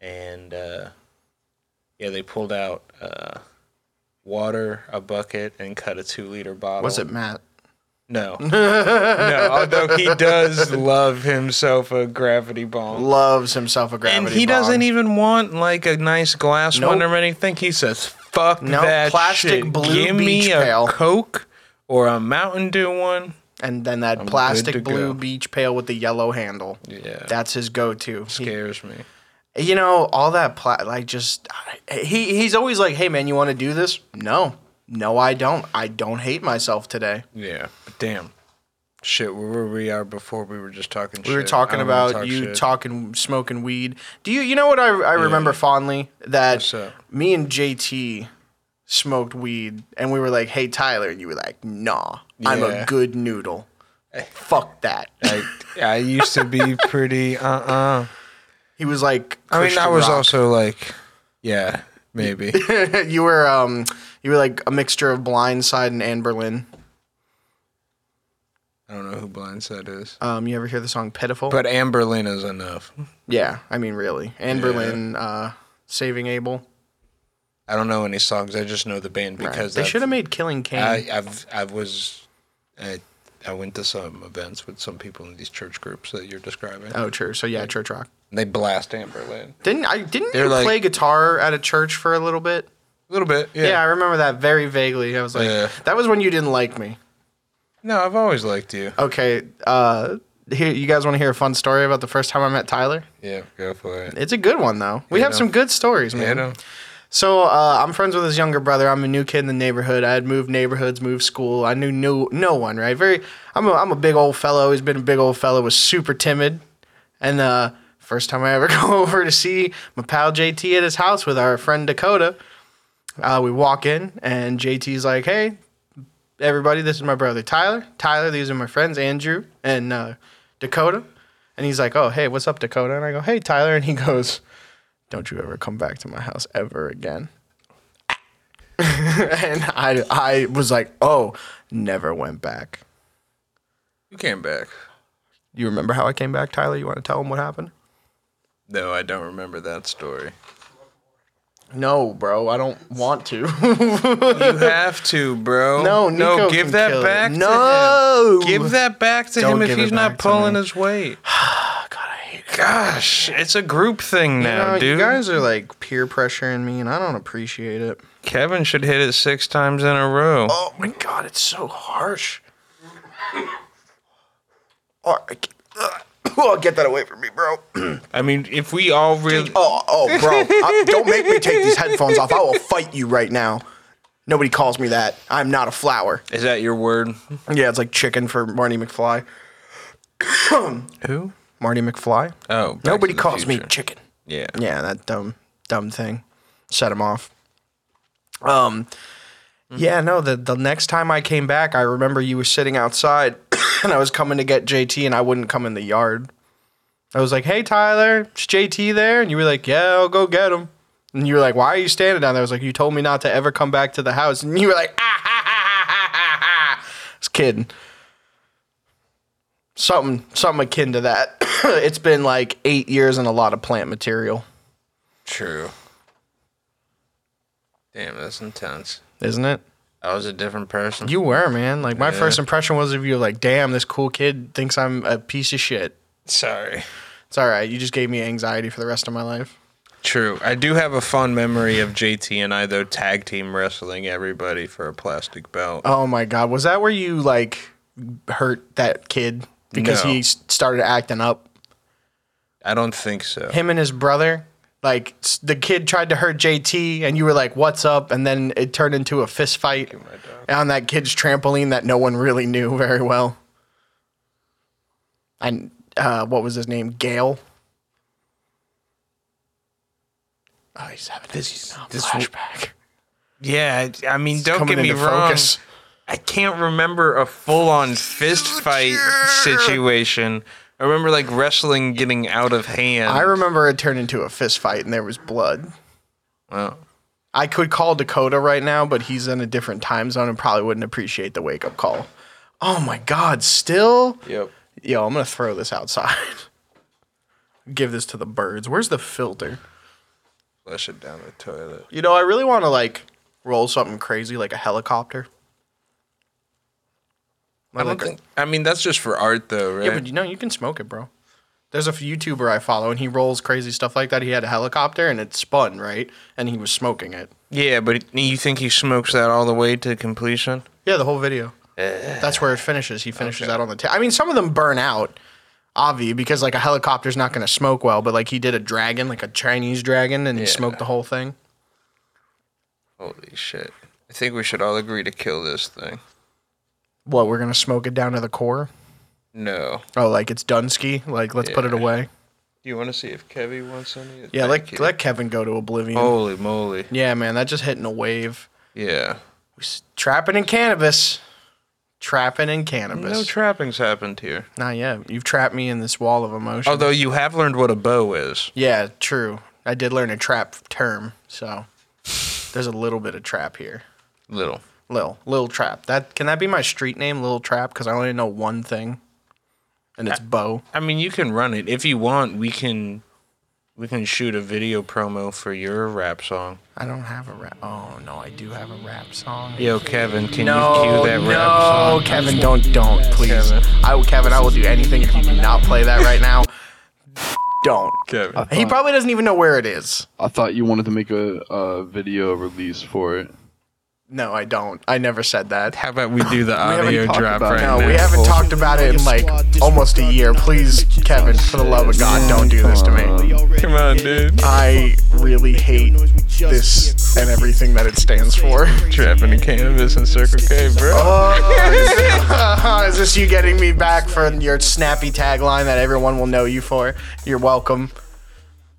S1: And, uh, yeah, they pulled out uh, water, a bucket, and cut a two liter bottle.
S4: Was it Matt?
S1: No. no, although he does love himself a gravity bomb.
S4: Loves himself a gravity
S1: and he doesn't
S4: bomb.
S1: even want like a nice glass one
S4: Nope.
S1: or anything. He says, fuck
S4: No,
S1: that
S4: plastic
S1: shit.
S4: blue
S1: Give me
S4: beach
S1: a
S4: pail."
S1: Coke or a Mountain Dew one.
S4: and then that
S1: good to
S4: plastic
S1: go.
S4: blue beach pail with the yellow handle.
S1: Yeah. That
S4: That's his go-to. He-
S1: scares me.
S4: you know, all that pla- like just he he's always like, "Hey man, you want to do this?" No. No, I don't. I don't hate myself today.
S1: Yeah. But damn. Shit, where were we are before we were just talking
S4: We were talking about you talking smoking weed. Do you you know what I I remember fondly that
S1: What's up?
S4: me and JT smoked weed and we were like, "Hey Tyler," and you were like, "Nah, I'm
S1: Yeah.
S4: a good noodle." Fuck that.
S1: I, I used to be pretty uh uh
S4: He was like,
S1: I mean,
S4: Christian
S1: I was
S4: rock.
S1: also like, yeah, maybe.
S4: you were um you were like a mixture of Blindside and Anne Berlin.
S1: I don't know who Blindside is.
S4: Um, you ever hear the song "Pitiful"?
S1: But Anne Berlin is enough.
S4: yeah, I mean, really, Anne Berlin, uh, Saving Abel.
S1: I don't know any songs. I just know the band
S4: Right.
S1: because
S4: they
S1: I've-
S4: should have made "Killing Kane."
S1: I, I've I was I, I went to some events with some people in these church groups that you're describing.
S4: oh, sure. So yeah, church rock.
S1: And they blast Anne Berlin
S4: Didn't I? Didn't
S1: They're
S4: you
S1: like-
S4: play guitar at a church for a little bit?
S1: a little bit. Yeah.
S4: Yeah, I remember that very vaguely. I was like,
S1: Yeah.
S4: that was when you didn't like me.
S1: No, I've always liked you.
S4: Okay. Uh, here, you guys want to hear a fun story about the first time I met Tyler?
S1: Yeah, go for it.
S4: It's a good one though. We have
S1: no.
S4: some good stories, man.
S1: You know,
S4: So uh, I'm friends with his younger brother. I'm a new kid in the neighborhood. I had moved neighborhoods, moved school. I knew no no one, right? Very, I'm a I'm a big old fellow. Always been a big old fellow. Was super timid, and uh, first time I ever go over to see my pal JT at his house with our friend Dakota, uh, we walk in and JT's like, "Hey, everybody, this is my brother Tyler. Tyler, these are my friends Andrew and uh, Dakota." And he's like, "Oh, hey, what's up, Dakota?" And I go, "Hey, Tyler," and he goes don't you ever come back to my house ever again. and I, I was like, oh, never went back.
S1: you came back.
S4: You remember how I came back, Tyler? You want to tell him what happened?
S1: No, I don't remember that story.
S4: No, bro, I don't want to.
S1: You have to, bro.
S4: no, Nico
S1: no, give
S4: can
S1: that
S4: kill it.
S1: back. To him.
S4: No,
S1: Give that back to
S4: Don't
S1: him if
S4: give it
S1: he's not
S4: back to
S1: pulling
S4: me.
S1: his weight.
S4: God, I hate it.
S1: Gosh, it's a group thing
S4: You,
S1: now,
S4: know, you
S1: dude.
S4: guys are like peer pressuring me, and I don't appreciate it.
S1: Kevin should hit it six times in a row.
S4: Oh my god, it's so harsh. Oh, I can't- oh, get that away from me, bro.
S1: I mean, if we all really.
S4: Oh, oh, bro! I- don't make me take these headphones off. I will fight you right now. Nobody calls me that. I'm not a flower.
S1: Is that your word?
S4: Yeah, it's like chicken for Marty McFly.
S1: Who?
S4: Marty McFly.
S1: Oh, Back
S4: Nobody
S1: to the
S4: calls me
S1: Future.
S4: chicken.
S1: Yeah.
S4: Yeah, that dumb, dumb thing. Set him off. Um, yeah, no. The the next time I came back, I remember you were sitting outside, and I was coming to get JT, and I wouldn't come in the yard. I was like, "Hey, Tyler, is JT there?" And you were like, "Yeah, I'll go get him." And you were like, "Why are you standing down there?" I was like, "You told me not to ever come back to the house," and you were like, "Ah, ha, ha, ha, ha, ha, ha." I was kidding." Something, something akin to that. it's been like eight years and a lot of plant material.
S1: True. Damn, that's intense.
S4: isn't it?
S3: I was a different person.
S4: You were, man. Like my first impression was of you, like, damn, this cool kid thinks I'm a piece of shit.
S1: Sorry.
S4: It's all right. You just gave me anxiety for the rest of my life.
S1: True. I do have a fond memory of JT and I, though, tag team wrestling everybody for a plastic belt.
S4: Oh my god, was that where you like hurt that kid because
S1: No.
S4: he s- started acting up?
S1: I don't think so.
S4: Him and his brother. Like s- the kid tried to hurt JT, and you were like, "What's up?" And then it turned into a fist fight on that kid's trampoline that no one really knew very well. And uh, what was his name? Gale. Oh, he's having this,
S1: this w-
S4: flashback.
S1: Yeah, I I mean, don't
S4: coming
S1: get me
S4: into
S1: wrong.
S4: focus.
S1: I can't remember a full on fist fight situation. I remember like wrestling getting out of hand.
S4: I remember it turned into a fist fight, and there was blood.
S1: well,
S4: I could call Dakota right now, but he's in a different time zone and probably wouldn't appreciate the wake up call. Oh my God, still?
S1: yep.
S4: Yo, I'm going to throw this outside. Give this to the birds. Where's the filter?
S1: Flush it down the toilet.
S4: You know, I really want to like roll something crazy like a helicopter.
S1: I don't think. I mean, that's just for art, though, right?
S4: Yeah, but you know, you can smoke it, bro. There's a YouTuber I follow and he rolls crazy stuff like that. He had a helicopter and it spun, right? And he was smoking it.
S1: Yeah, but you think he smokes that all the way to completion?
S4: Yeah, the whole video.
S1: Eh.
S4: That's where it finishes. He finishes out on the tail. I mean, some of them burn out, obvi, because like a helicopter's not going to smoke well. But like he did a dragon, like a Chinese dragon, and he smoked the whole thing.
S1: Holy shit. I think we should all agree to kill this thing.
S4: What we're going to smoke it down to the core?
S1: No.
S4: Oh, like it's Dunsky. Like let's put it away.
S1: Do you want to see if Kevy wants any?
S4: Yeah,
S1: Thank
S4: let
S1: you.
S4: let Kevin go to oblivion.
S1: Holy moly.
S4: Yeah, man, that just hitting a wave.
S1: Yeah.
S4: We s- Trapping in cannabis. Trapping in cannabis.
S1: No trappings happened here.
S4: Not yet. You've trapped me in this wall of emotion.
S1: Although you have learned what a bow is.
S4: yeah, true. I did learn a trap term, so There's a little bit of trap here.
S3: Little.
S4: Lil. Lil Trap. That can that be my street name, Lil Trap? Because I only know one thing. And it's Bo.
S1: I mean, you can run it if you want. We can, we can shoot a video promo for your rap song.
S4: I don't have a rap. Oh no, I do have a rap song.
S1: Yo, Kevin, can
S4: No,
S1: you cue that
S4: no,
S1: rap song?
S4: Kevin, don't, don't, please.
S1: Kevin.
S4: I will, Kevin. I will do anything if you do not play that right now. don't.
S1: Kevin.
S4: He probably doesn't even know where it is.
S2: I thought you wanted to make a, a video release for it.
S4: No, I don't. I never said that.
S1: How about we do the
S2: haven't
S1: audio
S2: talked
S1: drop
S2: about
S1: right
S2: it.
S4: No,
S1: now?
S4: we haven't talked about it in like almost a year. Please, Kevin, for the love of God, don't do this to me.
S1: Come on, dude.
S4: I really hate this and everything that it stands for.
S1: Trapping the cannabis and Circle K, bro.
S4: Oh, is this you getting me back for your snappy tagline that everyone will know you for? You're welcome.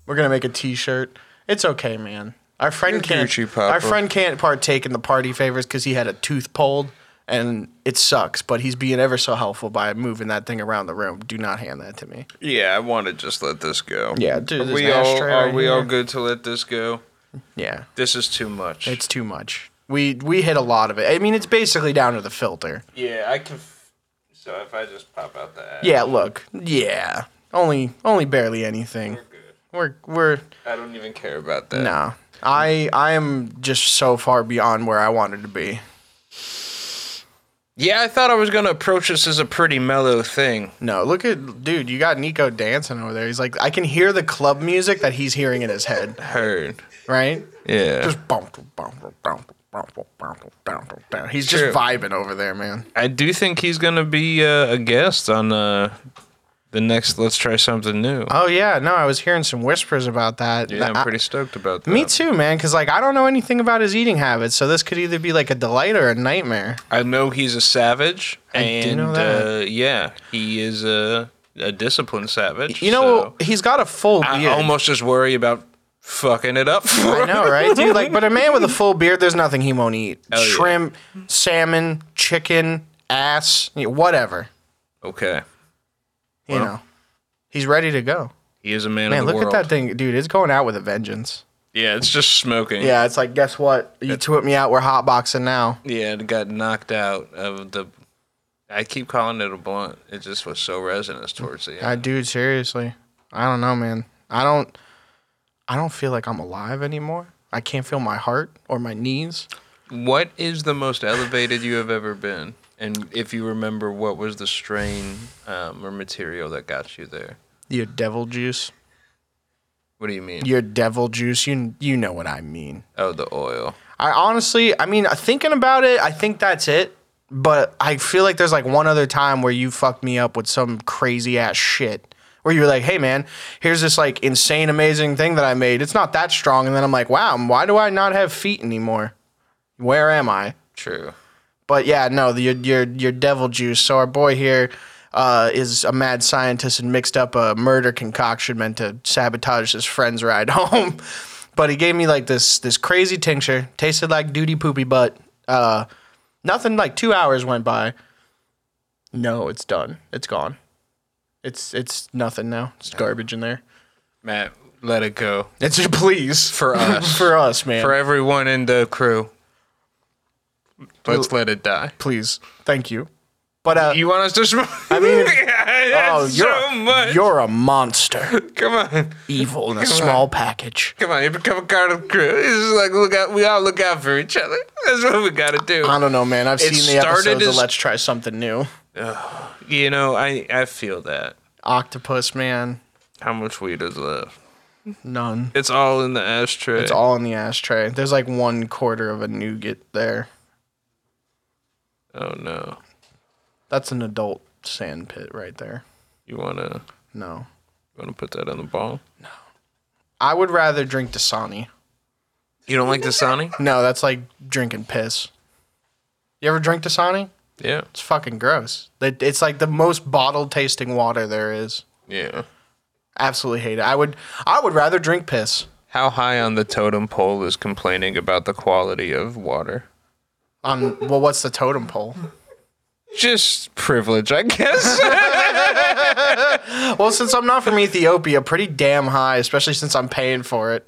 S4: We're gonna make a T-shirt. It's okay, man. Our friend
S1: You're
S4: can't.
S1: Gucci, Papa.
S4: our friend can't partake in the party favors because he had a tooth pulled, and it sucks. But he's being ever so helpful by moving that thing around the room. Do not hand that to me.
S1: Yeah, I want to just let this go.
S4: Yeah, dude,
S1: Are
S4: there's
S1: we
S4: an
S1: all
S4: ashtray
S1: are
S4: right
S1: we all
S4: here.
S1: good to let this go?
S4: Yeah,
S1: This is too much.
S4: it's too much. We we hit a lot of it. I mean, it's basically down to the filter.
S1: yeah, I can. F- so if I just pop out the ad,
S4: Yeah, look. Yeah, only only barely anything.
S1: good.
S4: We're we're
S1: I don't even care about that.
S4: No. I I am just so far beyond where I wanted to be.
S1: Yeah, I thought I was gonna approach this as a pretty mellow thing.
S4: No, look at dude, you got Nico dancing over there. He's like I can hear the club music that he's hearing in his head,
S1: Heard.
S4: right?
S1: Yeah.
S4: Just bump, bump, bump, bump, bump, bump, bump, bump. He's just
S1: True.
S4: vibing over there, man.
S1: I do think he's gonna be uh, a guest on uh, the next. Let's try something new.
S4: Oh yeah, no, I was hearing some whispers about that.
S1: yeah,
S4: I-
S1: I'm pretty stoked about that.
S4: me too, man, cuz like I don't know anything about his eating habits, so this could either be like a delight or a nightmare.
S1: I know he's a savage, and
S4: do know that.
S1: Uh, yeah, he is a a disciplined savage.
S4: You know,
S1: so
S4: he's got a full
S1: I
S4: beard.
S1: almost just worry about fucking it up.
S4: I know, right, dude? Like, but a man with a full beard, there's nothing he won't eat.
S1: Oh, yeah.
S4: Shrimp, salmon, chicken, ass, you know, whatever.
S1: okay,
S4: You know, he's ready to go.
S1: he is a man,
S4: Man,
S1: of the
S4: look
S1: world.
S4: at that thing, dude. It's going out with a vengeance.
S1: Yeah, it's just smoking.
S4: Yeah, it's like, guess what? You took me out. We're hotboxing now.
S1: yeah, it got knocked out of the. I keep calling it a blunt. It just was so resinous towards the end.
S4: I, dude, seriously, I don't know, man. I don't, I don't feel like I'm alive anymore. I can't feel my heart or my knees.
S1: What is the most elevated you have ever been? And if you remember, what was the strain um, or material that got you there?
S4: Your devil juice.
S1: What do you mean?
S4: Your devil juice. You you know what I mean.
S1: Oh, the oil.
S4: I honestly, I mean, thinking about it, I think that's it. But I feel like there's like one other time where you fucked me up with some crazy ass shit where you were like, hey man, here's this like insane, amazing thing that I made. It's not that strong. And then I'm like, wow, why do I not have feet anymore? Where am I?
S1: True.
S4: But yeah, no, the, your, your your devil juice. So our boy here uh, is a mad scientist and mixed up a murder concoction meant to sabotage his friend's ride home. but he gave me like this this crazy tincture. Tasted like duty poopy butt. Uh, nothing. Like two hours went by. No, it's done. It's gone. It's it's nothing now. It's garbage in there.
S1: Matt, let it go.
S4: It's a please
S1: For us.
S4: for us, man.
S1: For everyone in the crew. Let's let it die.
S4: please, thank you. But uh,
S1: You want us to smoke? I
S4: mean-
S1: oh,
S4: oh, you're
S1: so much.
S4: you're a monster.
S1: Come on,
S4: evil in a small package.
S1: come on! You become a part of the crew. It's just like look out. We all look out for each other. That's what we gotta do.
S4: I don't know, man. I've
S1: It
S4: seen the
S1: started
S4: episodes of
S1: as-
S4: Let's Try Something New.
S1: you know, I I feel that.
S4: Octopus Man,
S1: How much weed is left?
S4: none.
S1: It's all in the ashtray.
S4: It's all in the ashtray. There's like one quarter of a nougat there.
S1: oh no!
S4: That's an adult sand pit right there.
S1: You wanna
S4: No.
S1: you wanna put that on the ball?
S4: I would rather drink Dasani.
S1: You don't like Dasani?
S4: No, that's like drinking piss. You ever drink Dasani?
S1: yeah.
S4: It's fucking gross. It- It's like the most bottled tasting water there is.
S1: Yeah.
S4: Absolutely hate it. I would I would rather drink piss.
S1: How high on the totem pole is complaining about the quality of water?
S4: On well, what's the totem pole?
S1: Just privilege, I guess.
S4: Well, since I'm not from Ethiopia, pretty damn high, especially since I'm paying for it.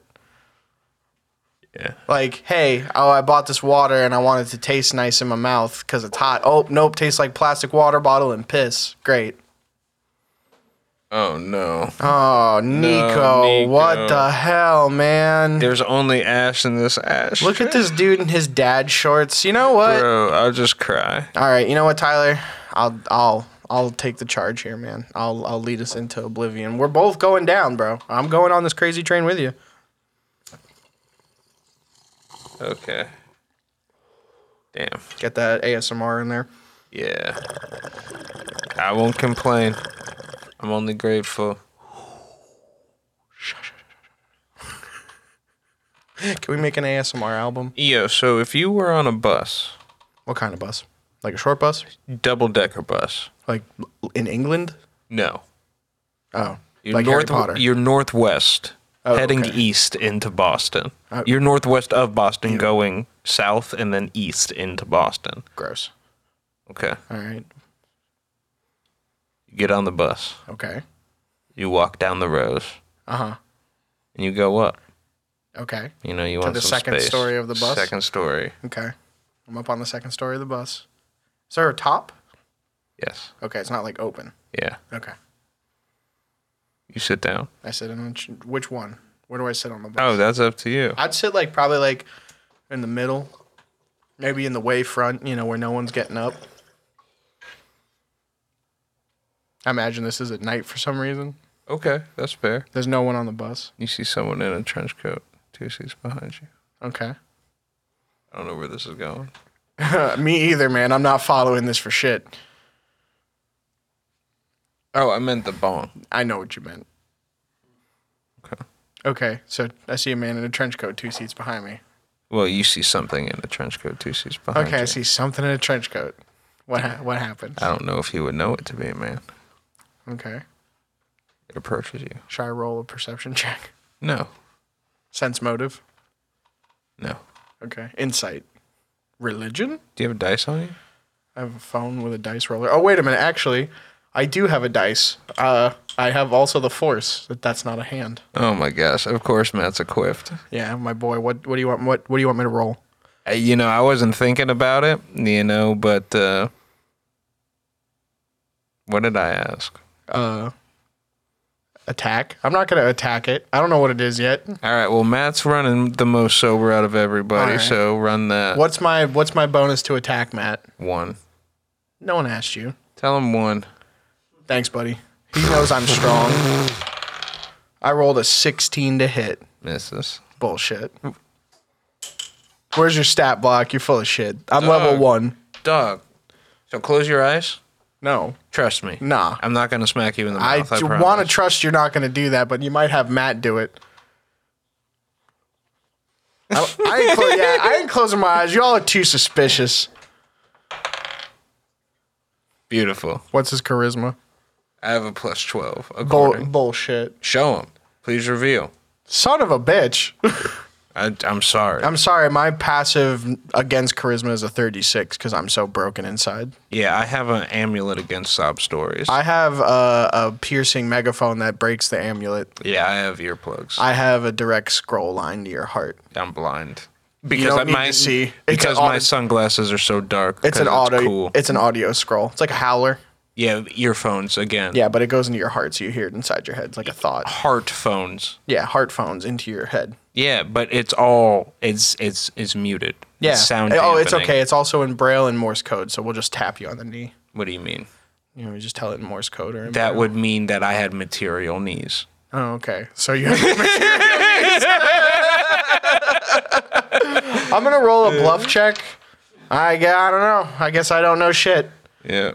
S1: Yeah.
S4: Like, hey, oh, I bought this water and I want it to taste nice in my mouth because it's hot. Oh, nope, tastes like plastic water bottle and piss. Great.
S1: Oh no.
S4: Oh, Nico,
S1: Nico.
S4: what the hell, man?
S1: There's only ash in this ash.
S4: Look at this dude in his dad shorts. You know what?
S1: Bro, I'll just cry.
S4: All right, you know what, Tyler? I'll I'll I'll take the charge here, man. I'll I'll lead us into oblivion. We're both going down, bro. I'm going on this crazy train with you.
S1: Okay. Damn.
S4: Get that ASMR in there.
S1: Yeah. I won't complain. I'm only grateful.
S4: Can we make an ASMR album?
S1: Yo, so if you were on a bus,
S4: What kind of bus? Like a short bus?
S1: double decker bus.
S4: Like in England?
S1: No.
S4: Oh,
S1: You're
S4: like
S1: north,
S4: Harry Potter.
S1: You're northwest,
S4: Oh,
S1: heading
S4: okay.
S1: east into Boston.
S4: Oh.
S1: you're northwest of Boston, going south and then east into Boston.
S4: Gross.
S1: Okay.
S4: All right.
S1: You get on the bus.
S4: Okay.
S1: You walk down the rows,
S4: Uh huh.
S1: and you go up.
S4: Okay.
S1: You know, you want
S4: the
S1: some
S4: second
S1: space.
S4: story of the bus?
S1: Second story.
S4: Okay. I'm up on the second story of the bus. Is there a top?
S1: Yes.
S4: Okay, it's not like open.
S1: Yeah.
S4: Okay.
S1: You sit down.
S4: I sit in which, which one? Where do I sit on the bus?
S1: Oh, that's up to you.
S4: I'd sit like probably like in the middle, maybe in the way front, you know, where no one's getting up. I imagine this is at night for some reason.
S1: Okay, that's fair.
S4: There's no one on the bus.
S1: You see someone in a trench coat, two seats behind you.
S4: Okay.
S1: I don't know where this is going.
S4: Uh, Me either, man. I'm not following this for shit.
S1: Oh, I meant the bong.
S4: I know what you meant.
S1: Okay.
S4: Okay, so I see a man in a trench coat two seats behind me.
S1: Well, you see something in a trench coat, two seats behind
S4: Okay, I
S1: you.
S4: see something in a trench coat. What ha- what happened?
S1: I don't know if you would know it to be a man.
S4: Okay.
S1: It approaches you.
S4: Should I roll a perception check?
S1: No,
S4: Sense motive.
S1: no.
S4: Okay. Insight. Religion?
S1: Do you have dice on you?
S4: I have a phone with a dice roller. Oh, wait a minute. Actually, I do have a dice. Uh, I have also the force. But that's not a hand.
S1: Oh my gosh! Of course, Matt's equipped.
S4: Yeah, my boy. What what do you want? What what do you want me to roll?
S1: Uh, You know, I wasn't thinking about it. You know, but uh, what did I ask?
S4: Uh, attack. I'm not gonna attack it. I don't know what it is yet.
S1: All right. Well, Matt's running the most sober out of everybody,
S4: All right.
S1: so run that
S4: What's my what's my bonus to attack, Matt?
S1: one.
S4: No one asked you.
S1: Tell him one.
S4: Thanks, buddy. He knows I'm strong. I rolled a 16 to hit.
S1: Misses.
S4: Bullshit. Where's your stat block? You're full of shit. I'm level
S1: Dog.
S4: one.
S1: Dog. So close your eyes.
S4: No.
S1: Trust me.
S4: Nah.
S1: I'm not gonna smack you in the
S4: I,
S1: mouth. I,
S4: want to
S1: promise.
S4: trust you're not going to do that, but you might have Matt do it. I, I, ain't clo- yeah, I ain't closing my eyes. Y'all are too suspicious.
S1: Beautiful.
S4: What's his charisma?
S1: I have a plus twelve.
S4: Bull-
S1: According.
S4: bullshit.
S1: Show him. Please reveal.
S4: Son of a bitch.
S1: I, I'm sorry.
S4: I'm sorry. My passive against charisma is a 36 because I'm so broken inside.
S1: yeah, I have an amulet against sob stories.
S4: I have a, a piercing megaphone that breaks the amulet.
S1: yeah, I have earplugs. I,
S4: I have a direct scroll line to your heart.
S1: am blind.
S4: You
S1: Because
S4: don't
S1: I
S4: need
S1: my,
S4: to see. It's
S1: because
S4: an
S1: my
S4: audio-
S1: sunglasses are so dark.
S4: It's
S1: 'cause
S4: an audio.
S1: Cool.
S4: It's an audio scroll. It's like a howler.
S1: yeah, earphones again.
S4: Yeah, but it goes into your heart, so you hear it inside your head. It's like a thought.
S1: Heart phones.
S4: Yeah, heart phones into your head.
S1: Yeah, but it's all it's it's it's muted.
S4: Yeah.
S1: It's sound.
S4: Oh, it's
S1: dampening.
S4: okay. It's also in Braille and Morse code, so we'll just tap you on the knee.
S1: What do you mean?
S4: You know, we just tell it in Morse code or in
S1: That would mean that I had material knees.
S4: Oh, okay. So you. I'm gonna roll a bluff check. I gu- I don't know. I guess I don't know shit.
S1: Yeah.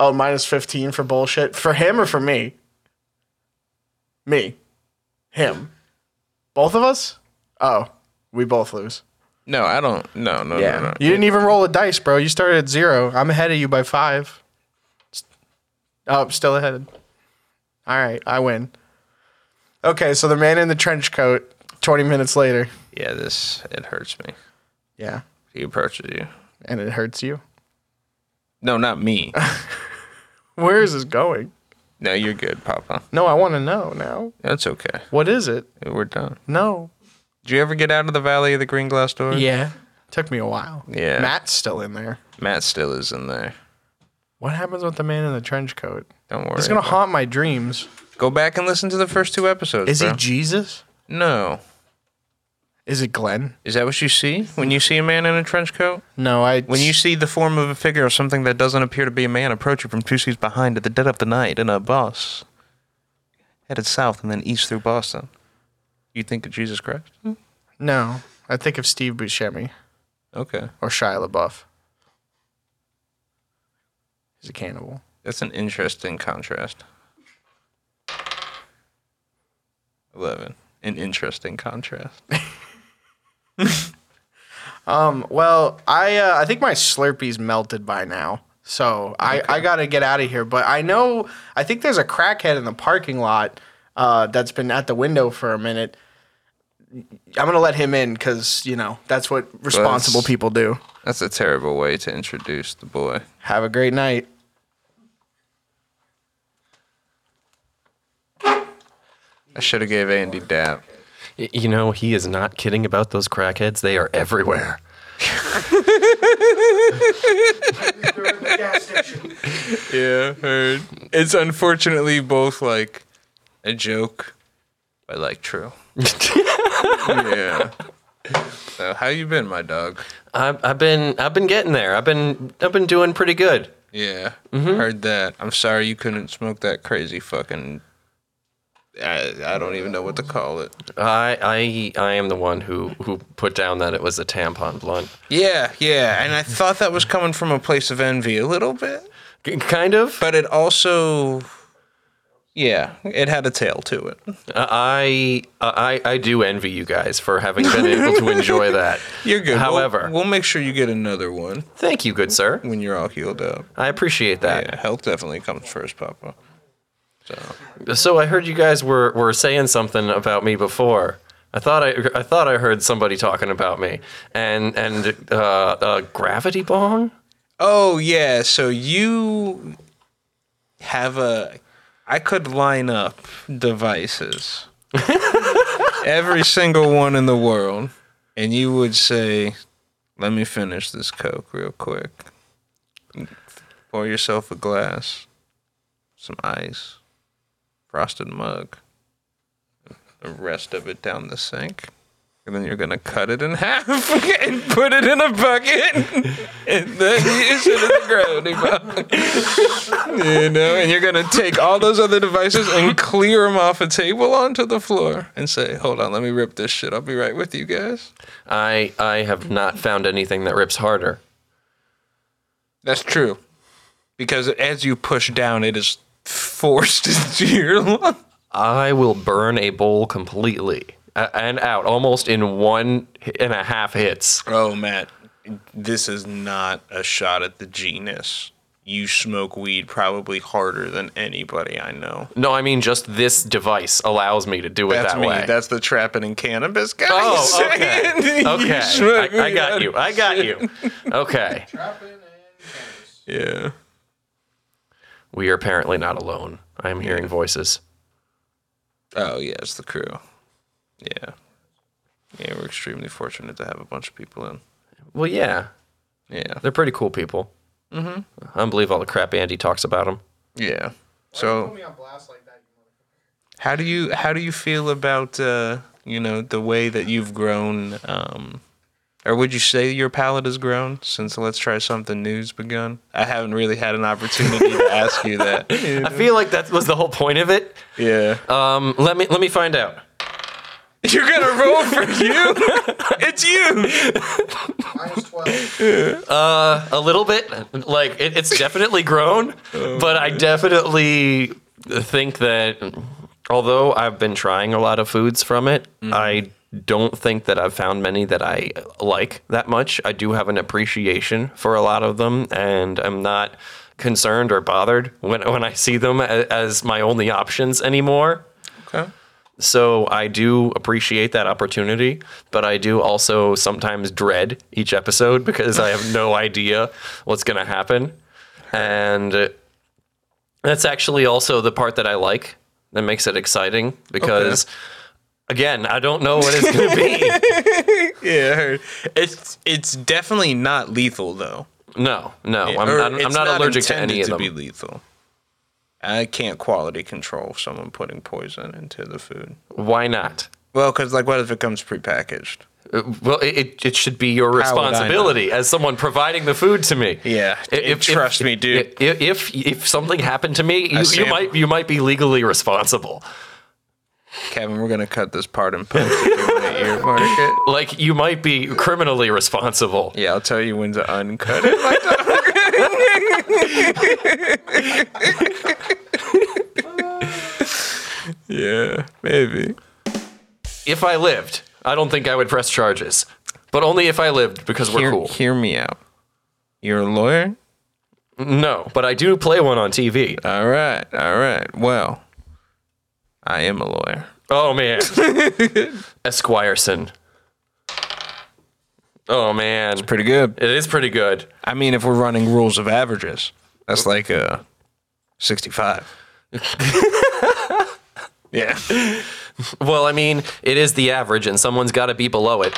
S4: Oh, minus fifteen for bullshit for him or for me? Me, him, both of us. Oh, we both lose.
S1: No, I don't. No, no, no, no.
S4: You didn't even roll a dice, bro. You started at zero. I'm ahead of you by five. Oh, still ahead. All right, I win. Okay, so the man in the trench coat. Twenty minutes later.
S1: Yeah, this it hurts me.
S4: Yeah,
S1: He approaches you.
S4: and it hurts you.
S1: No, not me.
S4: Where is this going?
S1: no, you're good, Papa.
S4: No, I want to know now.
S1: That's okay.
S4: What is it?
S1: We're done.
S4: No.
S1: Did you ever get out of the Valley of the Green Glass Door?
S4: Yeah. Took me a while.
S1: Yeah.
S4: Matt's still in there.
S1: Matt still is in there.
S4: What happens with the man in the trench coat?
S1: Don't worry.
S4: It's gonna
S1: about-
S4: haunt my dreams.
S1: Go back and listen to the first two episodes.
S4: Is
S1: bro.
S4: he Jesus?
S1: No.
S4: Is it Glenn?
S1: Is that what you see when you see a man in a trench coat?
S4: No, I.
S1: When you see the form of a figure or something that doesn't appear to be a man approach you from two seats behind at the dead of the night in a bus headed south and then east through Boston, you think of Jesus Christ?
S4: no, I think of Steve Buscemi
S1: Okay.
S4: or Shia LaBeouf. He's a cannibal.
S1: That's an interesting contrast. 11. An interesting contrast.
S4: Um. Well, I uh, I think my Slurpee's melted by now, so I I gotta get out of here. But I know I think there's a crackhead in the parking lot uh, that's been at the window for a minute. I'm gonna let him in because you know that's what responsible people do.
S1: That's a terrible way to introduce the boy.
S4: Have a great night.
S1: I should have gave Andy dap.
S6: Y- You know, he is not kidding about those crackheads. They are everywhere.
S1: Yeah, heard. It's unfortunately both like a joke, but like true. yeah. So how you been, my dog?
S6: I've, I've been I've been getting there. I've been I've been doing pretty good.
S1: Yeah, heard that. I'm sorry you couldn't smoke that crazy fucking. I, I don't even know what to call it.
S6: I I I am the one who who put down that it was a tampon blunt.
S1: Yeah, yeah, and I thought that was coming from a place of envy a little bit,
S6: K- kind of. Uh,
S1: but it also, yeah, it had a tail to it.
S6: I uh, I I do envy you guys for having been able to enjoy that.
S1: You're good. We'll-
S6: However,
S1: we'll, make sure you get another one
S6: thank you, good sir.
S1: when you're all healed up.
S6: I appreciate that.
S1: Yeah, health definitely comes first, Papa. So
S6: So I heard you guys were were saying something about me before. I thought I I thought I heard somebody talking about me and and uh, uh, gravity bong.
S1: Oh yeah, so you have a I could line up devices. every single one in the world and you would say, "Let me finish this coke real quick." Pour yourself a glass, some ice, frosted mug, the rest of it down the sink. And then you're gonna cut it in half and put it in a bucket, and then you use it in the gravity box. you know, and you're gonna take all those other devices and clear them off a table onto the floor, and say, "Hold on, let me rip this shit. I'll be right with you guys."
S6: I I have not found anything that rips harder.
S1: That's true, because as you push down, it is forced into your lung.
S6: I will burn a bowl completely uh, and out almost in one hi- and a half hits.
S1: Oh, Matt, this is not a shot at the genus. You smoke weed probably harder than anybody I know.
S6: No, I mean just this device allows me to do it
S1: That's
S6: that
S1: me.
S6: way.
S1: That's the trapping in cannabis guy.
S6: oh, okay.
S1: You
S6: Okay.
S1: smoke
S6: I, I
S1: weed
S6: got
S1: out-
S6: you. I got you. Okay.
S1: Yeah.
S6: We are apparently not alone. I am hearing voices.
S1: Oh yeah, it's the crew. Yeah. Yeah, we're extremely fortunate to have a bunch of people in.
S6: Well, yeah.
S1: Yeah.
S6: They're pretty cool people. Mm-hmm. I don't believe all the crap Andy talks about them.
S1: Yeah. So
S4: me on blast like that?
S1: how do you how do you feel about uh, you know the way that you've grown, um, or would you say your palate has grown since Let's Try Something New's begun? I haven't really had an opportunity to ask you that.
S6: I feel like that was the whole point of it.
S1: Yeah.
S6: Um, let me let me find out.
S1: You're gonna roll for you? it's you.
S4: Minus twelve.
S6: a little bit. Like it, it's definitely grown, but I definitely think that although I've been trying a lot of foods from it, I don't think that I've found many that I like that much. I do have an appreciation for a lot of them, and I'm not concerned or bothered when when I see them as, as my only options anymore.
S1: Okay.
S6: So I do appreciate that opportunity, but I do also sometimes dread each episode because I have no idea what's going to happen. And that's actually also the part that I like that makes it exciting because Again, I don't know what it's going to be.
S1: Yeah, I heard. it's it's definitely not lethal though.
S6: No, no, Oh, I'm,
S1: Or
S6: I'm, I'm
S1: it's
S6: not, allergic to
S1: intended
S6: any of them.
S1: To be lethal. I can't quality control someone putting poison into the food.
S6: Why not?
S1: Well, because like, what if it comes prepackaged?
S6: Uh, Well, it, it, it should be your
S1: How would I know?
S6: responsibility as someone providing the food to me.
S1: Yeah, and trust me, dude.
S6: i- If, if something happened to me, you, you
S1: sample.
S6: might you might be legally responsible.
S1: Kevin, we're gonna cut this part in post. if you wanna earmark it.
S6: Like you might be criminally responsible.
S1: Yeah, I'll tell you when to uncut it. yeah, maybe.
S6: If I lived, I don't think I would press charges, but only if I lived because we're
S1: Hear,
S6: cool.
S1: hear me out. You're a lawyer?
S6: No, but I do play one on TV.
S1: All right, all right. Well, I am a lawyer.
S6: Oh man, Esquireson. Oh man,
S1: Pretty good.
S6: it is pretty good.
S1: I mean, if we're running rules of averages, that's like a 65. yeah.
S6: Well, I mean, it is the average, and someone's got to be below it.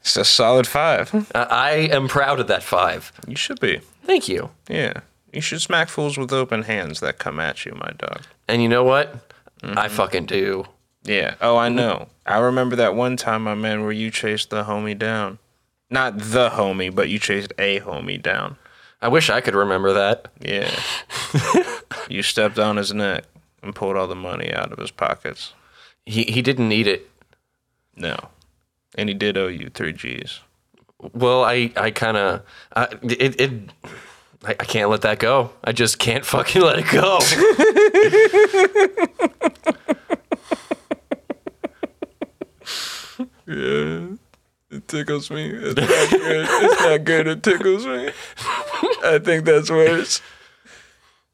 S1: It's a solid five.
S6: I I am proud of that five.
S1: You should be.
S6: Thank you.
S1: Yeah. You should smack fools with open hands that come at you, my dog.
S6: And you know what?
S1: Mm-hmm.
S6: I fucking do.
S1: Yeah. Oh, I know. I remember that one time, my man, where you chased the homie down. Not the homie, but you chased a homie down.
S6: I wish I could remember that.
S1: Yeah. you stepped on his neck and pulled all the money out of his pockets.
S6: He he didn't need it.
S1: No. And he did owe you three G's.
S6: Well, I I kind of I it. it I, I can't let that go. I just can't fucking let it go.
S1: Yeah. It tickles me. It's not good. It's not good. It tickles me. I think that's worse.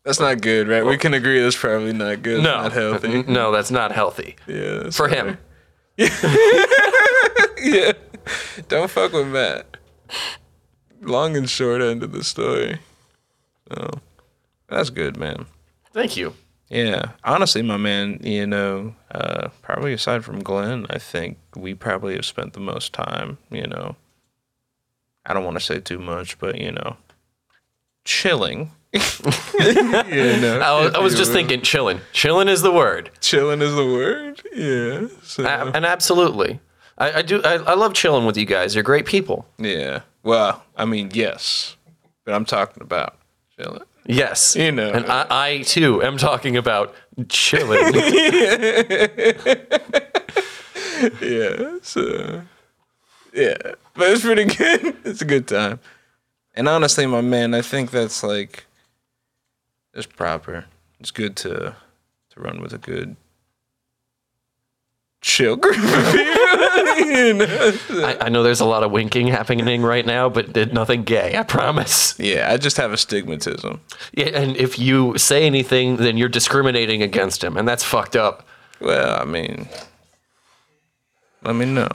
S1: That's not good, right?
S2: Oh.
S1: We can agree that's probably not good.
S6: No,
S1: Not healthy.
S6: No, that's not healthy
S1: Yeah. that's
S6: for
S1: not-
S6: him.
S1: Yeah. Don't fuck with Matt. Long and short end of the story. Oh. That's good, man.
S6: Thank you.
S1: Yeah. Honestly, my man, you know, uh, probably aside from Glenn, I think we probably have spent the most time, you know, I don't want to say too much, but, you know, chilling. you know,
S6: I was, I was just thinking, chillin'. Chillin' is the word.
S1: chilling is the word. Yeah. So,
S6: A- and absolutely, I, I do. I, I love chilling with you guys. You're great people.
S1: yeah. Well, I mean, yes, but I'm talking about chilling.
S6: Yes,
S1: You know.
S6: and I, I too am talking about chilling.
S1: Yeah. So yeah, but it's pretty good. It's a good time. And honestly, my man, I think that's like it's proper. It's good to to run with a good chill group of people. you know?
S6: I, I know there's a lot of winking happening right now, but did nothing gay. I promise.
S1: Yeah, I just have astigmatism.
S6: Yeah, and if you say anything, then you're discriminating against him, and that's fucked up.
S1: Well, I mean, let me know.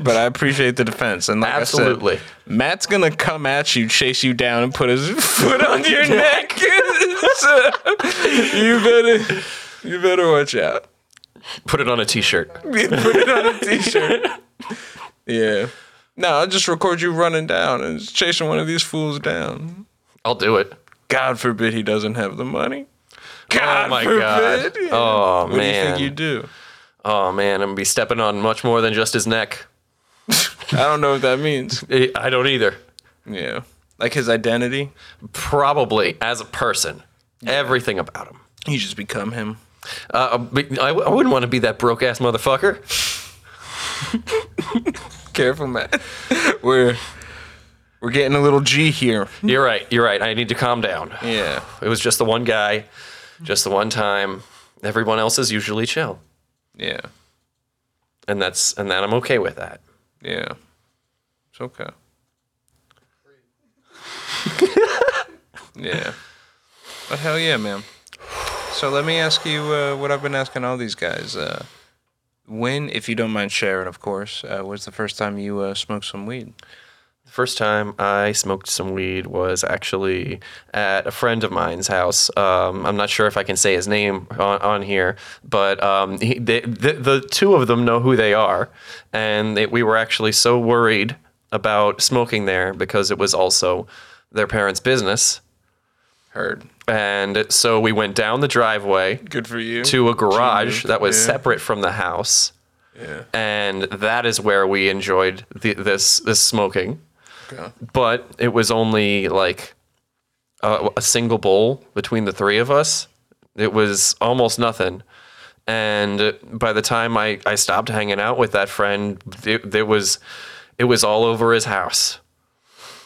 S1: But I appreciate the defense, and like I
S6: Absolutely.
S1: said, Matt's gonna come at you, chase you down, and put his foot on your neck. So, you better, you better watch out.
S6: Put it on a t-shirt.
S1: Put it on a t-shirt. Yeah. No, I'll just record you running down and chasing one of these fools down.
S6: I'll do it.
S1: God forbid he doesn't have the money. God
S6: oh my
S1: forbid.
S6: god. Oh
S1: What do you
S6: man.
S1: think you do?
S6: oh man, I'm gonna be stepping on much more than just his neck.
S1: I don't know what that means.
S6: I I don't either.
S1: Yeah. Like his identity.
S6: Probably as a person, everything about him.
S1: You just become him.
S6: Uh, but I, I wouldn't want to be that broke ass motherfucker.
S1: Careful, man. we're we're getting a little G here.
S6: You're right. You're right. I need to calm down.
S1: Yeah.
S6: It was just the one guy, just the one time. Everyone else is usually chill,
S1: Yeah.
S6: and that's and that I'm okay with that.
S1: Yeah. It's okay. yeah. But hell yeah, man. So let me ask you uh, what I've been asking all these guys. Uh, when, if you don't mind sharing, of course, uh, was the first time you uh, smoked some weed?
S6: First time I smoked some weed was actually at a friend of mine's house. Um, I'm not sure if I can say his name on, on here, but um, he, they, the, the two of them know who they are. And they, we were actually so worried about smoking there because it was also their parents' business.
S1: Heard.
S6: And so we went down the driveway
S1: Good for you.
S6: to a garage that was separate from the house. And that is where we enjoyed the, this this smoking. But it was only like a, a single bowl between the three of us. It was almost nothing. And by the time I, I stopped hanging out with that friend, it, it was it was all over his house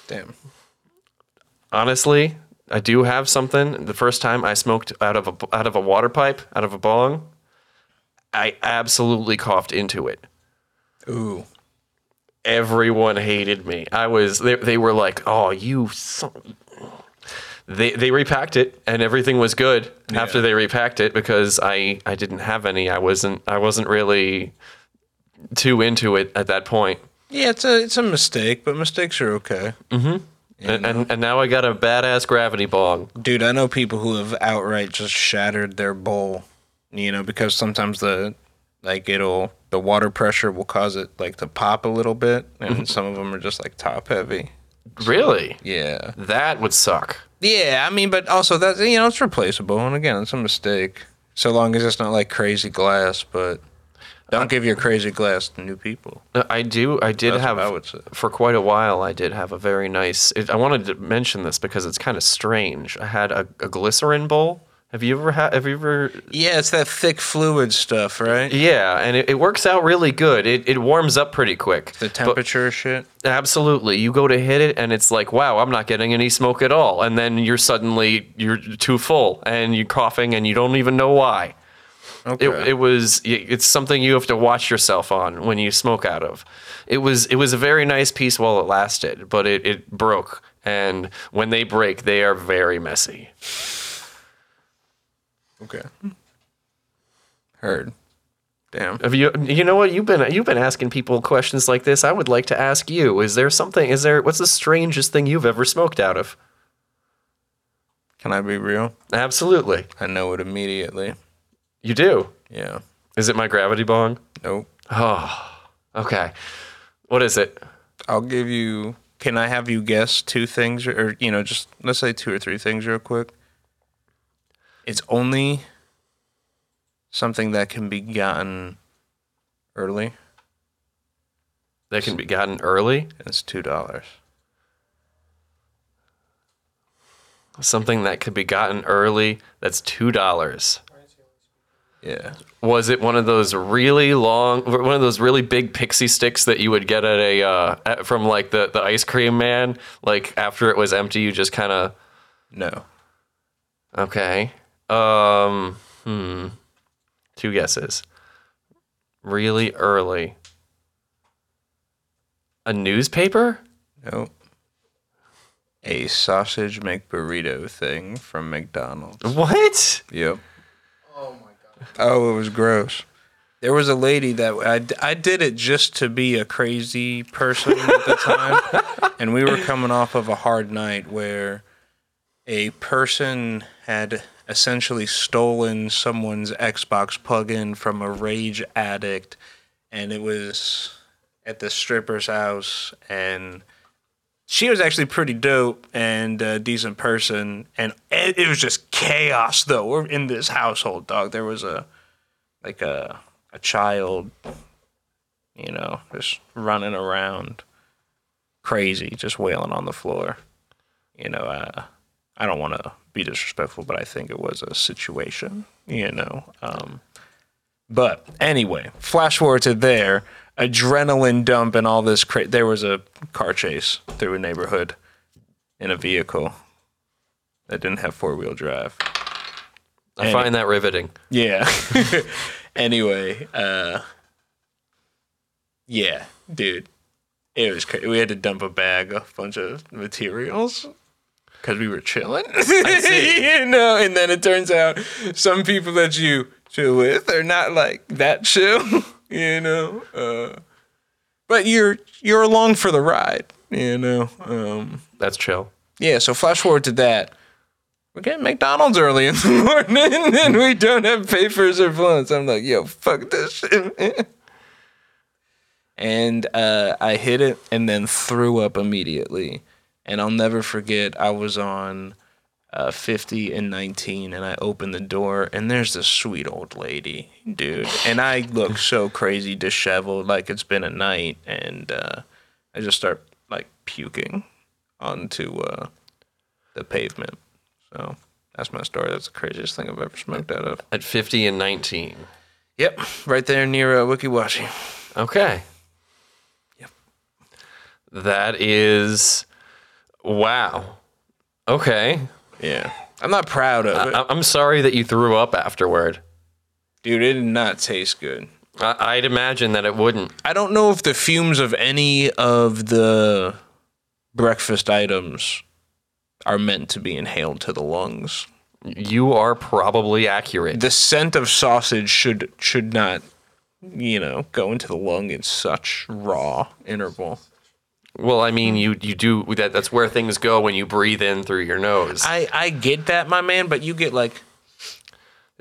S1: Damn.
S6: honestly, I do have something. The first time I smoked out of a out of a water pipe, out of a bong, I absolutely coughed into it.
S1: Ooh.
S6: Everyone hated me. I was they, they were like, "Oh, you son." They they repacked it and everything was good after they repacked it because I I didn't have any. I wasn't I wasn't really too into it at that point.
S1: Yeah, it's a it's a mistake, but mistakes are okay.
S6: And, and and now I got a badass gravity bong.
S1: Dude, I know people who have outright just shattered their bowl, you know, because sometimes the like it'll the water pressure will cause it like to pop a little bit, and some of them are just like top heavy.
S6: Really?
S1: Yeah,
S6: That would suck.
S1: yeah. I mean, but also that's you know it's replaceable, and again, it's a mistake. So long as it's not like crazy glass, but don't give your crazy glass to new people.
S6: Uh, I do. I did
S1: That's
S6: have
S1: what I would say.
S6: for quite a while. I did have a very nice. It, I wanted to mention this because it's kind of strange. I had a, a glycerin bowl. Have you ever had? Have you ever?
S1: Yeah, it's that thick fluid stuff, right?
S6: Yeah, and it, it works out really good. It, it warms up pretty quick.
S1: The
S6: But
S1: temperature shit.
S6: absolutely, you go to hit it, and it's like, wow, I'm not getting any smoke at all. And then you're suddenly you're too full, and you're coughing, and you don't even know why.
S1: Okay.
S6: It, it was y- it's something you have to watch yourself on when you smoke out of. It was it was a very nice piece while it lasted, but it, it broke. And when they break, they are very messy.
S1: okay. Heard. Damn.
S6: Have you you know what you've been you've been asking people questions like this. I would like to ask you: Is there something? Is there what's the strangest thing you've ever smoked out of?
S1: Can I be real?
S6: Absolutely,
S1: I know it immediately.
S6: you do.
S1: Yeah.
S6: Is it my gravity bong? Oh,
S1: Nope.
S6: Okay, what is it?
S1: I'll give you. Can I have you guess two things, or, or, you know, just let's say two or three things real quick? It's only something that can be gotten early.
S6: That can be gotten early.
S1: It's two dollars.
S6: Something that could be gotten early. That's two dollars.
S1: Yeah.
S6: was it one of those really long one of those really big pixie sticks that you would get at a uh, at, from like the, the ice cream man like after it was empty you just kind of
S1: No.
S6: okay um hmm two guesses really early a newspaper
S1: Nope. A sausage make burrito thing from McDonald's.
S6: what
S1: Yep. Oh my god. Oh, it was gross. There was a lady that I, I did it just to be a crazy person at the time, and we were coming off of a hard night where a person had essentially stolen someone's Xbox plug-in from a rage addict, and it was at the stripper's house, and she was actually pretty dope and a decent person, and it, it was just chaos though. We're in this household, dog. There was a like a a child, you know, just running around, crazy, just wailing on the floor. You know, uh, I don't want to be disrespectful, but I think it was a situation. You know, um, but anyway, flash forward to there, adrenaline dump and all this. Cra- there was a car chase through a neighborhood in a vehicle that didn't have four wheel drive.
S6: i find that riveting
S1: Yeah. anyway, uh, yeah, dude, it was crazy. We had to dump a bag, a bunch of materials. Because we were chilling, you know, and then it turns out some people that you chill with are not like that chill, you know. Uh, but you're you're along for the ride, You know. Um,
S6: That's chill.
S1: yeah. So flash forward to that. We're getting McDonald's early in the morning, and we don't have papers or blunts. I'm like, yo, fuck this shit. man. And uh, I hit it, and then threw up immediately. And I'll never forget. I was on uh, 50 and 19 and i open the door and there's this sweet old lady dude and i look so crazy disheveled like it's been a night and uh, i just start like puking onto uh, the pavement so that's my story that's the craziest thing i've ever smoked out of
S6: At 50 and 19.
S1: yep right there near uh, wikiwashi
S6: Okay. Yep. That is. Wow. Okay.
S1: yeah i'm not proud of it
S6: I- I'm sorry that you threw up afterward.
S1: dude it did not taste good
S6: I- I'd imagine that it wouldn't.
S1: I don't know if the fumes of any of the breakfast items are meant to be inhaled to the lungs.
S6: You are probably accurate.
S1: The scent of sausage should should not, you know, go into the lung in such raw interval.
S6: Well, I mean, you you do that. That's where things go when you breathe in through your nose.
S1: I I get that, my man, but you get like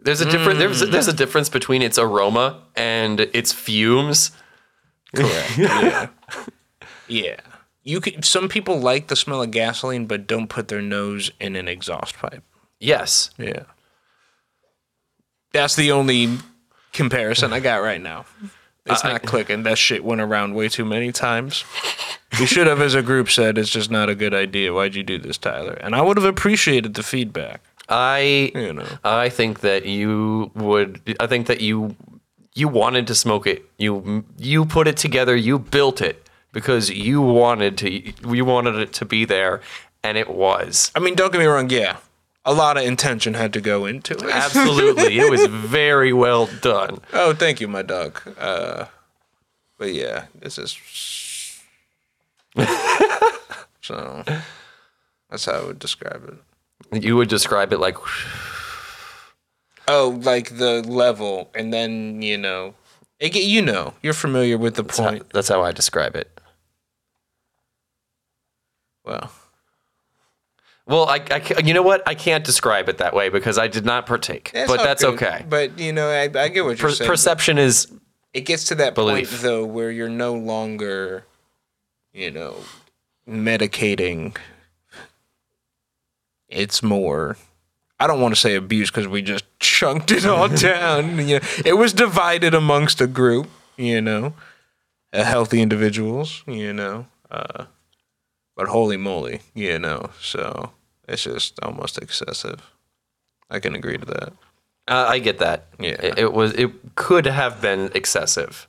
S6: there's a different there's
S1: Mm.
S6: there's a difference between its aroma and its fumes.
S1: yeah. You could, some people like the smell of gasoline, but don't put their nose in an exhaust pipe.
S6: Yes,
S1: Yeah. That's the only comparison I got right now. It's not clicking. That shit went around way too many times. We should have, as a group, said it's just not a good idea. Why'd you do this, Tyler? And I would have appreciated the feedback.
S6: I
S1: You know.
S6: I think that you would. I think that you you wanted to smoke it. You you put it together. You built it because you wanted to. You wanted it to be there, and it was.
S1: I mean, don't get me wrong. Yeah, a lot of intention had to go into it.
S6: Absolutely, it was very well done.
S1: Oh, thank you, my dog. Uh, but yeah, this is so. That's how I would describe it.
S6: You would describe it like
S1: Oh, like the level, and then you know, it, get- you know, you're familiar with the point.
S6: that's how I describe it.
S1: well,
S6: Well, I, I ca- you know what? I can't describe it that way because I did not partake. but
S1: all
S6: that's
S1: good.
S6: okay.
S1: But you know, I, I get what you're
S6: Per-
S1: saying.
S6: perception is
S1: it gets to that
S6: belief.
S1: point though where you're no longer, you know, medicating. It's more. I don't want to say abuse because we just chunked it all down. You know, it was divided amongst a group. You know, uh, healthy individuals. You know, uh, but holy moly, you know. So it's just almost excessive. I can agree to that.
S6: uh, I get that.
S1: Yeah.
S6: It, it was it could have been excessive.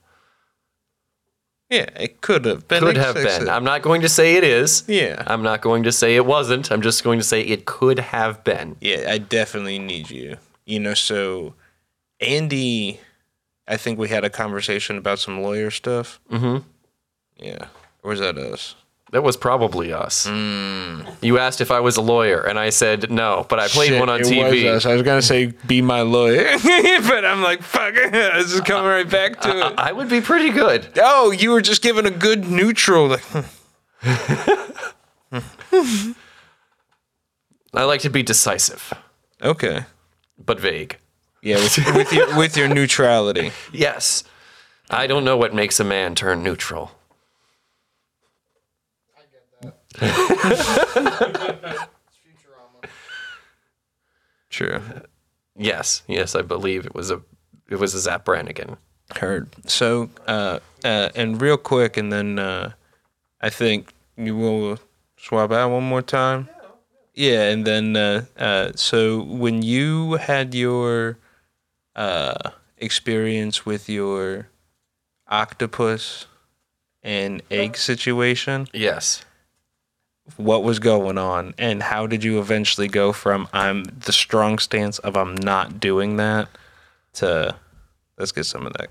S1: Yeah, it could have been.
S6: Could have
S1: excessive.
S6: been. I'm not going to say it is.
S1: Yeah.
S6: I'm not going to say it wasn't. I'm just going to say it could have been.
S1: yeah, I definitely need you. You know, so Andy, I think we had a conversation about some lawyer stuff. Mm-hmm. Yeah. Or was that us?
S6: That was probably us. You asked if I was a lawyer and I said no, but I played
S1: Hmm. Shit,
S6: one on
S1: it
S6: TV.
S1: Was us. I was gonna say be my lawyer, but I'm like, fuck it. This is coming right back to it.
S6: I would be pretty good.
S1: oh, you were just giving a good neutral. Like,
S6: I like to be decisive
S1: okay.
S6: but vague.
S1: Yeah, with, with your with your neutrality.
S6: Yes. I don't know what makes a man turn neutral.
S1: True.
S6: Yes, yes, I believe it was a it was a Zap Brannigan.
S1: Heard. So, uh, uh, and real quick, and then uh, I think you will swap out one more time. Yeah, and then uh, uh, so when you had your uh, experience with your octopus and egg situation,
S6: Yes.
S1: what was going on, and how did you eventually go from I'm the strong stance of I'm not doing that to let's get some of that.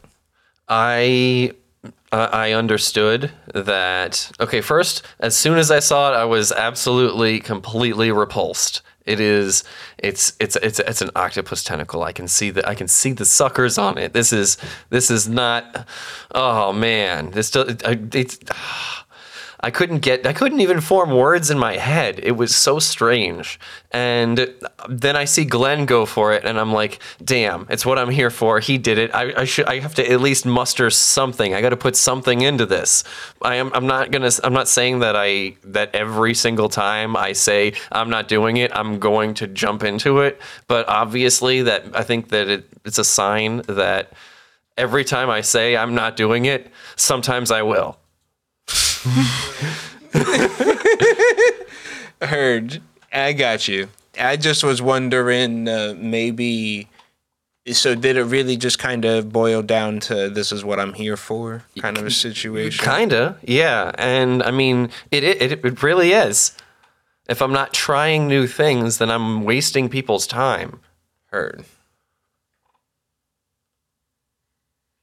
S6: I uh, I I understood that. Okay, first, as soon as I saw it, I was absolutely completely repulsed. It is it's it's it's it's an octopus tentacle. I can see the I can see the suckers on it. This is this is not oh man. This do- I- it's I couldn't get I couldn't even form words in my head. It was so strange. And then I see Glenn go for it and I'm like, "Damn, it's what I'm here for. He did it. I, I should I have to at least muster something. I got to put something into this. I am I'm not going to I'm not saying that I that every single time I say I'm not doing it, I'm going to jump into it, but obviously that I think that it, it's a sign that every time I say I'm not doing it, sometimes I will.
S1: Heard. I got you. I just was wondering uh, maybe. So did it really just kind of boil down to this is what I'm here for kind of a situation?
S6: Kinda, yeah. And I mean, it it, it really is. If I'm not trying new things, then I'm wasting people's time,
S1: Heard.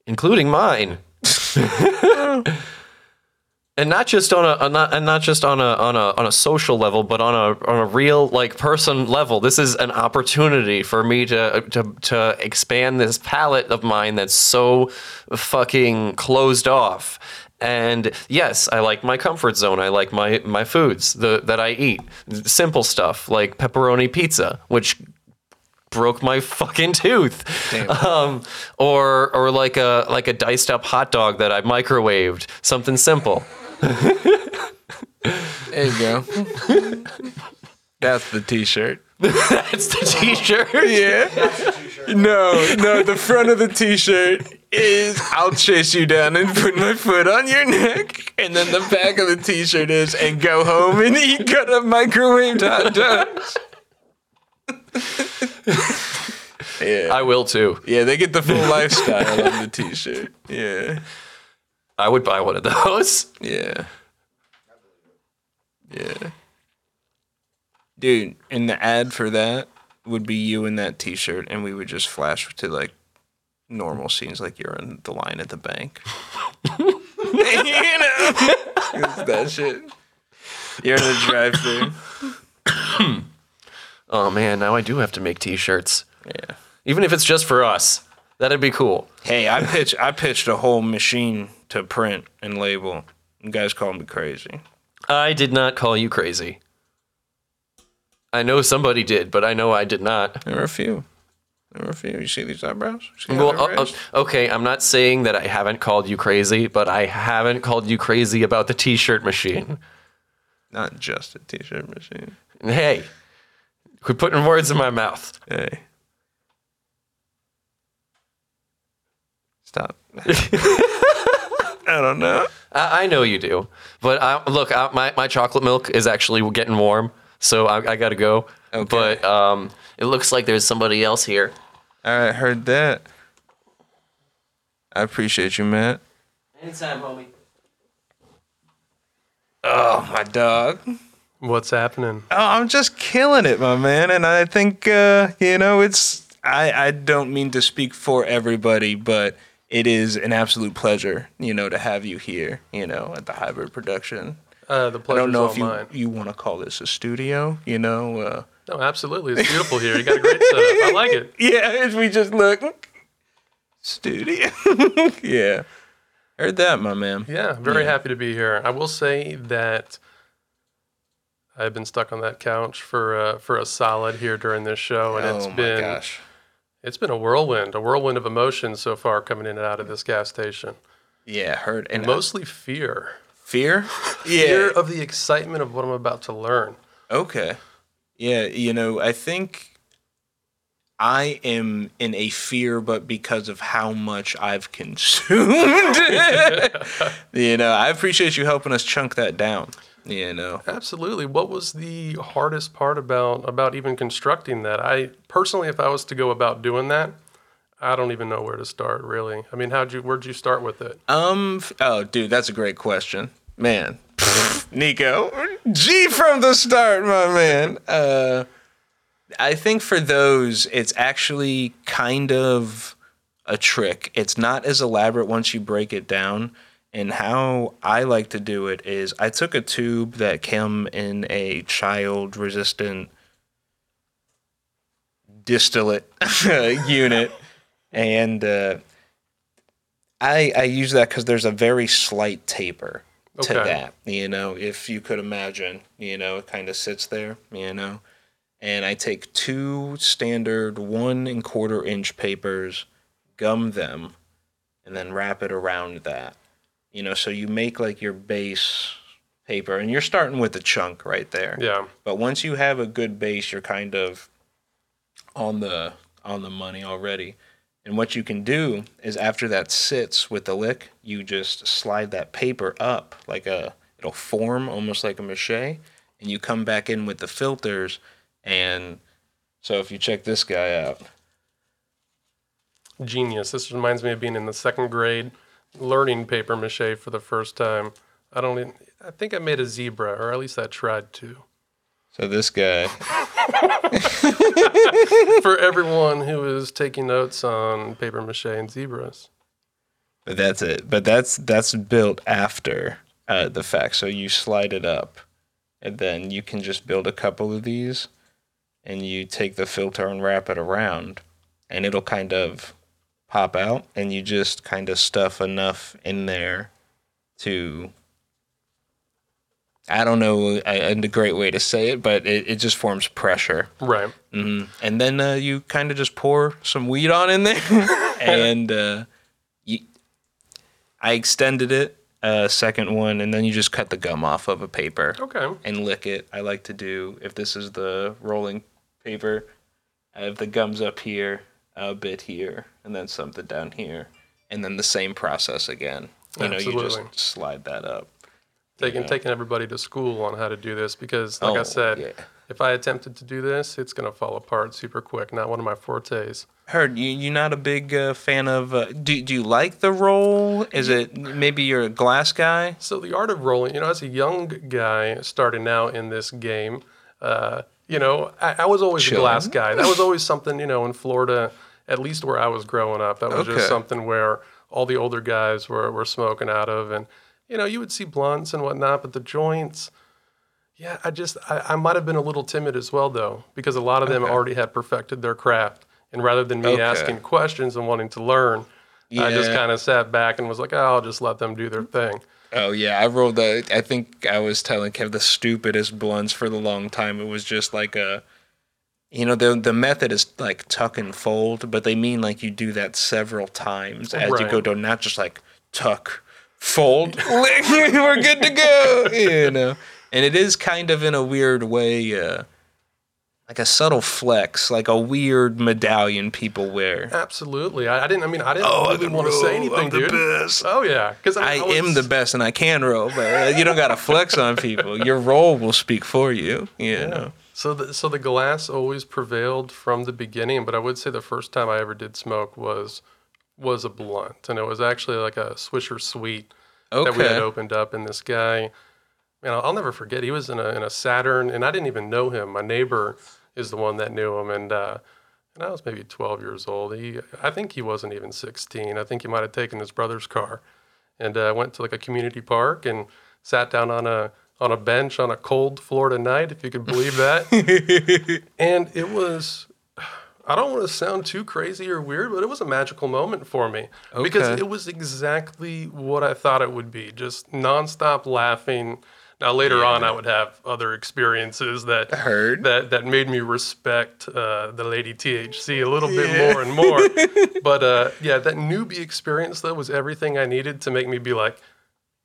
S6: including mine. and not just on a, on not and not just on a on a on a social level, but on a on a real like person level. This is an opportunity for me to to to expand this palette of mine that's so fucking closed off. And yes, I like my comfort zone. I like my my foods the, that I eat. Simple stuff like pepperoni pizza, which broke my fucking tooth um, or or like a like a diced up hot dog that i microwaved something simple
S1: There you go. That's the T-shirt.
S6: that's the t-shirt
S1: Yeah. No, no. The front of the T-shirt is "I'll chase you down and put my foot on your neck," and then the back of the T-shirt is "And go home and eat cut up microwaved hot dogs." yeah,
S6: i will too
S1: yeah. They get the full lifestyle on the T-shirt. Yeah,
S6: i would buy one of those
S1: yeah, yeah. Dude, and the ad for that would be you in that T-shirt, and we would just flash to like normal scenes, like you're in the line at the bank. you know, It's that shit. You're in the drive-through.
S6: oh man now i do have to make t-shirts
S1: Yeah.
S6: even if it's just for us that'd be cool
S1: Hey, I pitched I pitched a whole machine to print and label. You guys call me crazy.
S6: i did not call you crazy i know somebody did but i know i did not
S1: There were a few. There were a few. You see these eyebrows? You see how
S6: Well,
S1: they're
S6: uh, uh,
S1: raised?
S6: okay, I'm not saying that I haven't called you crazy, but I haven't called you crazy about the t-shirt machine.
S1: not just a t-shirt machine.
S6: And hey, quit putting words in my mouth.
S1: Hey. Stop. I don't know.
S6: I, I know you do, but I, look, I, my my chocolate milk is actually getting warm, so I, I gotta go. But um, it looks like there's somebody else here.
S1: All right, heard that. I appreciate you, Matt.
S6: Anytime, homie.
S1: Oh, my dog.
S7: What's happening?
S1: Oh, I'm just killing it, my man. And I think uh, you know, it's I I don't mean to speak for everybody, but it is an absolute pleasure, you know, to have you here, you know, at the hybrid production.
S7: Uh, the
S1: I
S7: pleasure's
S1: don't know
S7: all
S1: if you
S7: mine.
S1: you want to call this a studio, you know. Uh,
S7: No, absolutely. It's beautiful here. You got a great setup. I like it.
S1: yeah, if we just look studio. yeah, heard that, my man.
S7: Yeah, I'm very happy to be here. I will say that I've been stuck on that couch for uh, for a solid here during this show, and it's
S1: Oh my
S7: been
S1: gosh.
S7: it's been a whirlwind, a whirlwind of emotions so far coming in and out of this gas station.
S1: Yeah, heard and most
S7: Mostly fear,
S1: fear. Yeah,
S7: fear of the excitement of what I'm about to learn.
S1: Okay. Yeah, you know, I think I am in a fear, but because of how much I've consumed. you know, I appreciate you helping us chunk that down. You know,
S7: Absolutely. What was the hardest part about about even constructing that? I personally, if I was to go about doing that, I don't even know where to start. Really. I mean, how'd you? Where'd you start with it?
S1: um, f- oh, dude, that's a great question, man. Nico, G from the start, my man. Uh, I think for those, it's actually kind of a trick. It's not as elaborate once you break it down. And how I like to do it is I took a tube that came in a child resistant distillate unit and uh, I I use that cuz there's a very slight taper
S7: Okay.
S1: to that. You know, if you could imagine, you know, it kind of sits there, you know. And I take two standard one and quarter inch papers, gum them, and then wrap it around that. You know, so you make like your base paper and you're starting with a chunk right there.
S7: Yeah.
S1: But once you have a good base, you're kind of on the on the money already. And what you can do is after that sits with the lick, you just slide that paper up like a it'll form almost like a mache and you come back in with the filters and so if you check this guy out.
S7: Genius. This reminds me of being in the second grade, learning paper mache for the first time. I don't. Even, I think I made a zebra, or at least I tried to.
S1: So this guy
S7: for everyone who is taking notes on paper mache and zebras.
S1: But that's it. But that's that's built after uh, the fact. So you slide it up, and then you can just build a couple of these, and you take the filter and wrap it around, and it'll kind of pop out, and you just kind of stuff enough in there to. I don't know a, a great way to say it, but it, it just forms pressure.
S7: Right.
S1: Mhm. And then uh, you kind of just pour some weed on in there, and uh, you, I extended it uh, second one, and then you just cut the gum off of a paper
S7: Okay.
S1: and lick it. I like to do if this is the rolling paper, I have the gums up here, a bit here, and then something down here, and then the same process again. You know, you
S7: Absolutely.
S1: just slide that up.
S7: Taking taking everybody to school on how to do this because, like I
S1: Oh,
S7: said,
S1: yeah.
S7: if I attempted to do this, it's gonna fall apart super quick. Not one of my fortes.
S1: Heard you. You're not a big uh, fan of. Uh, do Do you like the roll? Is it maybe you're a glass guy?
S7: So the art of rolling, you know, as a young guy starting out in this game, uh, you know, I, I was always a glass guy. That was always something, you know, in Florida, at least where I was growing up, that was
S1: Okay.
S7: just something where all the older guys were, were smoking out of. And, you know, you would see blunts and whatnot, but the joints, yeah, I just, I, I might have been a little timid as well, though, because a lot of them already had perfected their craft. And rather than me
S1: Okay.
S7: asking questions and wanting to learn, I just
S1: Yeah.
S7: kind of sat back and was like, oh, I'll just let them do their thing.
S1: Oh yeah, I rolled the. I think I was telling Kev the stupidest blunts for the long time. It was just like a, you know, the the method is like tuck and fold, but they mean like you do that several times as you
S7: Right.
S1: go down, not just like tuck, fold, lick, we're good to go, you know. And it is kind of in a weird way, uh, like a subtle flex, like a weird medallion people wear.
S7: Absolutely. I, I didn't. I mean, Oh, I didn't
S1: Oh,
S7: really want to say anything, dude. Oh yeah, because
S1: I am the best and I can roll, but uh, you don't got to flex on people. Your roll will speak for you. You know.
S7: So the, so the glass always prevailed from the beginning, but I would say the first time I ever did smoke was was a blunt, and it was actually like a Swisher Sweet that we had
S1: Okay.
S7: opened up, and this guy, man, I'll, I'll never forget. He was in a in a Saturn, and I didn't even know him. My neighbor is the one that knew him, and. uh and I was maybe 12 years old. He, I think he wasn't even 16. I think he might have taken his brother's car. and uh, went to like a community park and sat down on a on a bench on a cold Florida night, if you could believe that. and it was I don't want to sound too crazy or weird, but it was a magical moment for me because
S1: Okay.
S7: it was exactly what I thought it would be, just nonstop laughing. Now later on, I would have other experiences that
S1: Heard.
S7: that that made me respect uh, the lady THC a little bit more and more. but uh, yeah, that newbie experience though was everything I needed to make me be like,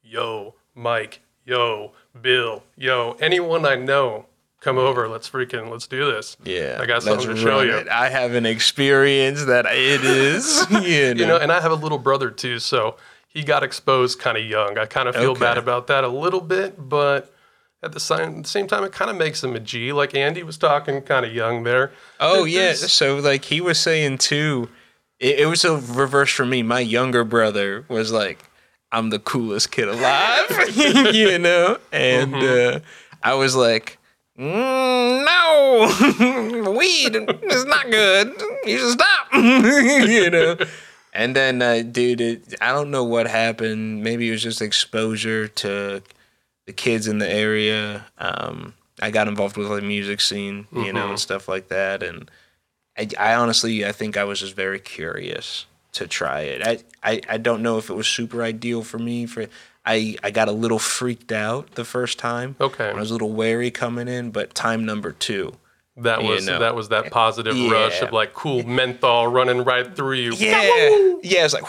S7: yo, Mike, yo, Bill, yo, anyone I know, come over, let's freaking let's do this.
S1: Yeah.
S7: I got
S1: let's
S7: something to show
S1: run
S7: you.
S1: it. I have an experience that it is. You know.
S7: You know, and I have a little brother too, so he got exposed kind of young. I kind of feel
S1: Okay.
S7: bad about that a little bit, but at the same, same time, it kind of makes him a G. Like Andy was talking, kind of young there.
S1: Oh
S7: There-
S1: yeah.
S7: there's-
S1: So like he was saying too, it, it was a reverse for me. My younger brother was like, "I'm the coolest kid alive," you know, and uh, I was like. "Mm, no, weed is not good. You should stop. you know, and then, uh, dude, it, I don't know what happened. Maybe it was just exposure to the kids in the area. Um, I got involved with like music scene, you know, and stuff like that. And I, I honestly, I think I was just very curious to try it. I, I, I don't know if it was super ideal for me. For I, I got a little freaked out the first time.
S7: Okay.
S1: I was a little wary coming in, but time number two.
S7: That
S1: You
S7: was
S1: know.
S7: that was that positive rush
S1: Yeah.
S7: of like cool menthol running right through you.
S1: Yeah. Yeah, it's like,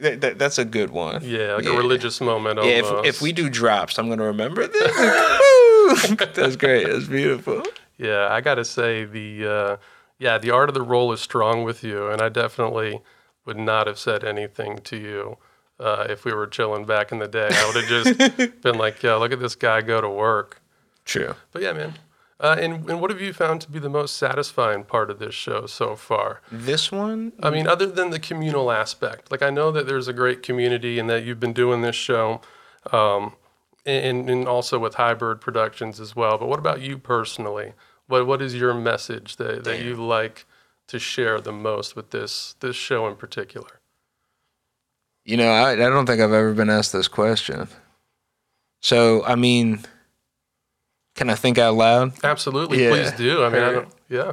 S1: that, that, that's a good one.
S7: Yeah, like a religious moment. uh,
S1: Yeah,
S7: Almost.
S1: if, if we do drops, I'm going to remember this. that's great. That's beautiful.
S7: Yeah, I gotta say the uh, yeah the art of the role is strong with you, and I definitely would not have said anything to you uh, if we were chilling back in the day. I would have just been like, "Yo, look at this guy go to work."
S1: True.
S7: But yeah, man. Uh, and and what have you found to be the most satisfying part of this show so far?
S1: This one,
S7: I mean, other than the communal aspect, like I know that there's a great community and that you've been doing this show, um, and, and also with Hybrid Productions as well. But what about you personally? What what is your message that, that you like to share the most with this this show in particular?
S1: You know, I, I don't think I've ever been asked this question. So, I mean, can I think out loud?
S7: Absolutely,
S1: Yeah.
S7: please do. I mean, I
S1: Her-
S7: don't, yeah.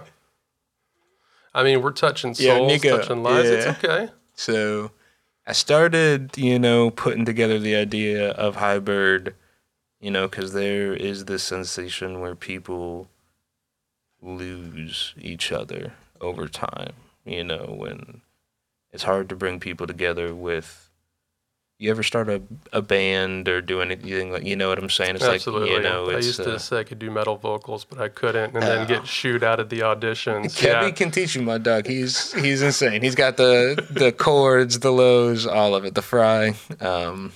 S7: I mean, we're touching
S1: Yeah,
S7: souls,
S1: Nico,
S7: touching lives. It's
S1: yeah.
S7: okay.
S1: So, I started, you know, putting together the idea of High Bird, you know, because there is this sensation where people lose each other over time, you know, when it's hard to bring people together with. You ever start a, a band or do anything like you know what I'm saying? It's
S7: Absolutely.
S1: like you know,
S7: I
S1: it's
S7: used
S1: uh,
S7: to say I could do metal vocals, but I couldn't, and then get shooed out of the auditions.
S1: Kevin
S7: Yeah.
S1: can teach you, my dog. He's he's insane. He's got the the chords, the lows, all of it, the fry. Um,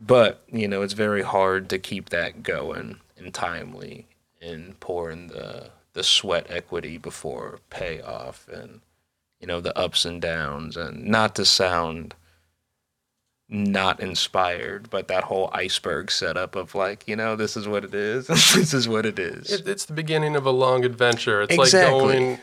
S1: but you know, it's very hard to keep that going and timely and pouring the the sweat equity before payoff and you know the ups and downs and not to sound not inspired, but that whole iceberg setup of like, you know, this is what it is, this is what it is.
S7: It, it's the beginning of a long adventure. It's
S1: Exactly.
S7: like going,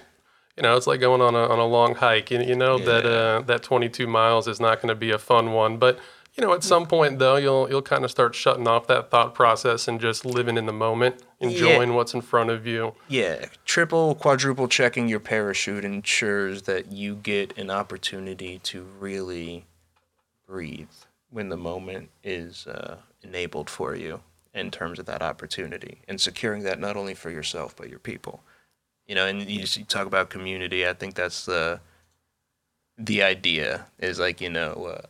S7: you know, it's like going on a on a long hike. You, you know that uh, that 22 miles is not going to be a fun one, but you know, at some point though, you'll you'll kind of start shutting off that thought process and just living in the moment, enjoying what's in front of you.
S1: Yeah, triple, quadruple checking your parachute ensures that you get an opportunity to really breathe when the moment is uh, enabled for you in terms of that opportunity and securing that not only for yourself but your people. You know, and you, s- you talk about community. I think that's the the idea is like you know uh,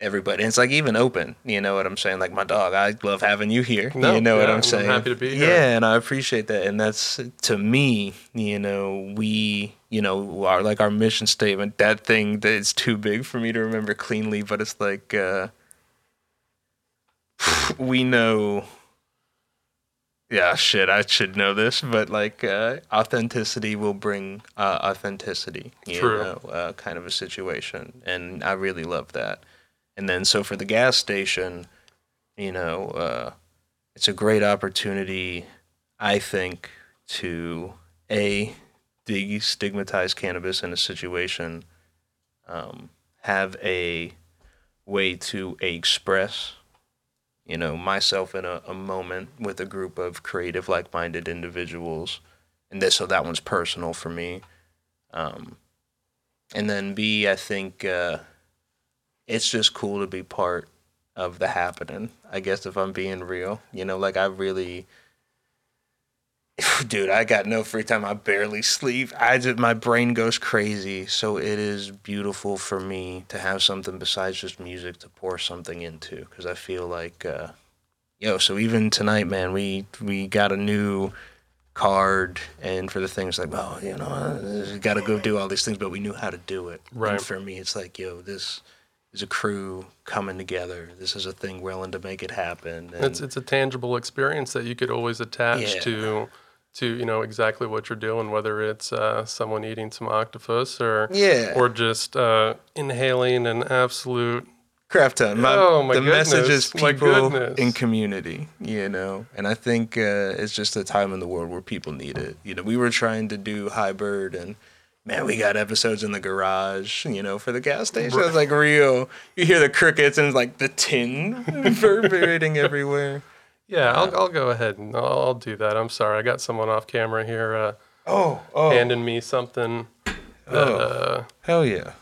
S1: everybody. And it's like even open. You know what I'm saying? Like my dog, I love having you here.
S7: No,
S1: you know what
S7: yeah,
S1: I'm
S7: I'm
S1: saying?
S7: happy to be here.
S1: Yeah, and I appreciate that. And that's to me, you know, we, you know, our like our mission statement. That thing that is too big for me to remember cleanly, but it's like uh, we know. Yeah, shit, I should know this, but like uh, authenticity will bring uh, authenticity. You
S7: True.
S1: Know, uh, kind of a situation, and I really love that. And then so for the gas station, you know. Uh, it's a great opportunity, I think, to a destigmatize cannabis in a situation, um, have a way to express, you know, myself in a, a moment with a group of creative, like-minded individuals, and this so that one's personal for me, um, and then B, I think uh, it's just cool to be part of the happening. I guess if I'm being real, you know, like I really, dude, I got no free time. I barely sleep. I just my brain goes crazy. So it is beautiful for me to have something besides just music to pour something into because I feel like, uh, yo. So even tonight, man, we we got a new card and for the things like well you know uh, we gotta go do all these things but we knew how to do it And
S7: Right.
S1: for me it's like yo this is a crew coming together. This is a thing willing to make it happen. And
S7: It's it's a tangible experience that you could always attach
S1: Yeah.
S7: to. To you know exactly what you're doing, whether it's uh, someone eating some octopus or
S1: Yeah.
S7: or just uh, inhaling an absolute
S1: craft time. My,
S7: Oh, my
S1: the message is
S7: goodness. My
S1: people
S7: goodness.
S1: in community, you know. And I think uh, it's just a time in the world where people need it. You know, we were trying to do High Bird and man, we got episodes in the garage, you know, for the gas station. It's like real. You hear the crickets and it's like the tin reverberating everywhere.
S7: Yeah, I'll, I'll go ahead and I'll, I'll do that. I'm sorry, I got someone off camera here uh,
S1: Oh, oh,
S7: handing me something. That, uh,
S1: hell yeah.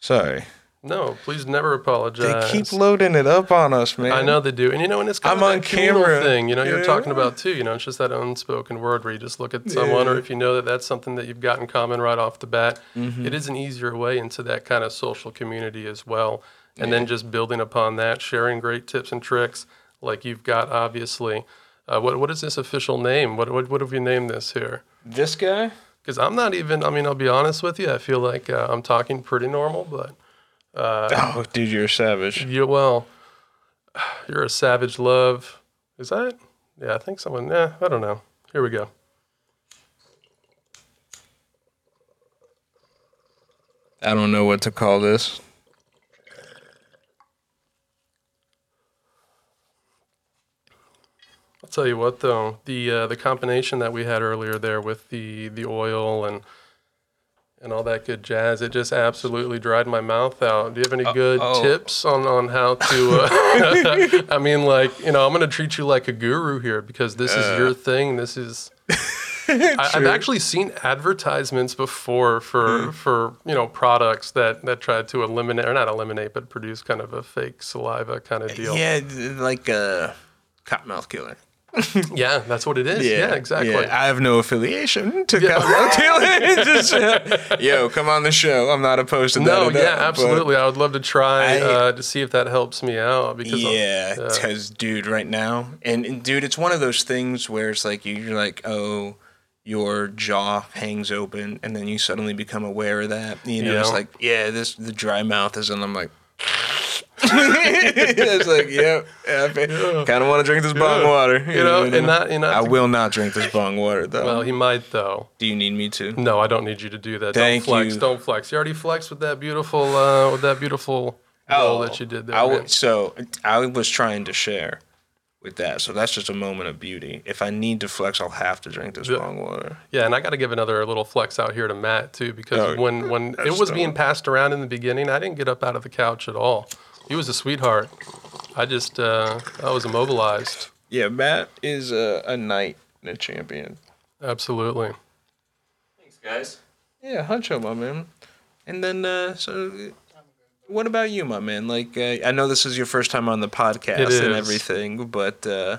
S1: Sorry.
S7: No, please never
S1: They
S7: apologize.
S1: keep loading it up on us, man.
S7: I know they do, and you know, and it's kind
S1: I'm
S7: of that
S1: on
S7: communal
S1: camera.
S7: thing. You know,
S1: Yeah.
S7: you're talking about too. You know, it's just that unspoken word where you just look at someone, or if you know that that's something that you've got in common right off the bat,
S1: Mm-hmm.
S7: it is an easier way into that kind of social community as well. And then just building upon that, sharing great tips and tricks, like you've got obviously. Uh, what what is this official name? What what, what have we named this here?
S1: This guy?
S7: Because I'm not even. I mean, I'll be honest with you. I feel like uh, I'm talking pretty normal, but
S1: Oh, dude, you're a savage.
S7: You well, you're a savage love. Is that? it? Yeah, I think someone. Yeah, I don't know. Here we go.
S1: I don't know what to call this.
S7: I'll tell you what though, the uh, the combination that we had earlier there with the the oil and and all that good jazz, it just absolutely dried my mouth out. Do you have any good tips on on how to? Uh, I mean, like you know, I'm gonna treat you like a guru here because this is your thing. This is. I, I've actually seen advertisements before for for you know products that that tried to eliminate or not eliminate but produce kind of a fake saliva kind of deal.
S3: Yeah, like a cottonmouth killer.
S7: Yeah, that's what it is. Yeah, exactly.
S1: Yeah, I have no affiliation to Cowboy Just, uh, yo, come on the show. I'm not opposed to
S7: No,
S1: that. at
S7: yeah,
S1: all, but-
S7: absolutely. I would love to try
S3: I-
S7: uh, to see if that helps me out because I'll-
S3: Yeah, because dude, right now, and, and dude, it's one of those things where it's like you- you're like, oh, your jaw hangs open, and then you suddenly become aware of that. You know, it's
S7: Yeah.
S3: like, yeah, this the dry mouth is, and I'm like. it's like, yep, kind of want to drink this bong water.
S7: you know, and not you know.
S3: I will not drink this bong water though.
S7: Well, he might though.
S3: Do you need me to?
S7: No, I don't need you to do that.
S3: Thank
S7: don't flex.
S3: you.
S7: Don't flex. You already flexed with that beautiful uh, with that beautiful roll Oh, that you did there.
S3: Oh, I w-
S7: man.
S3: so I was trying to share with that. So that's just a moment of beauty. If I need to flex, I'll have to drink this bong water.
S7: Yeah, and I got to give another little flex out here to Matt too because
S3: Oh,
S7: when when it was being passed around in the beginning, I didn't get up out of the couch at all. He was a sweetheart. I just uh, I was immobilized.
S1: Yeah, Matt is a, a knight and a champion.
S7: Absolutely.
S6: Thanks, guys.
S1: Yeah, Huncho, my man. And then, uh, so uh, what about you, my man? Like, uh, I know this is your first time on the podcast
S7: It
S1: and
S7: is.
S1: everything, but, uh,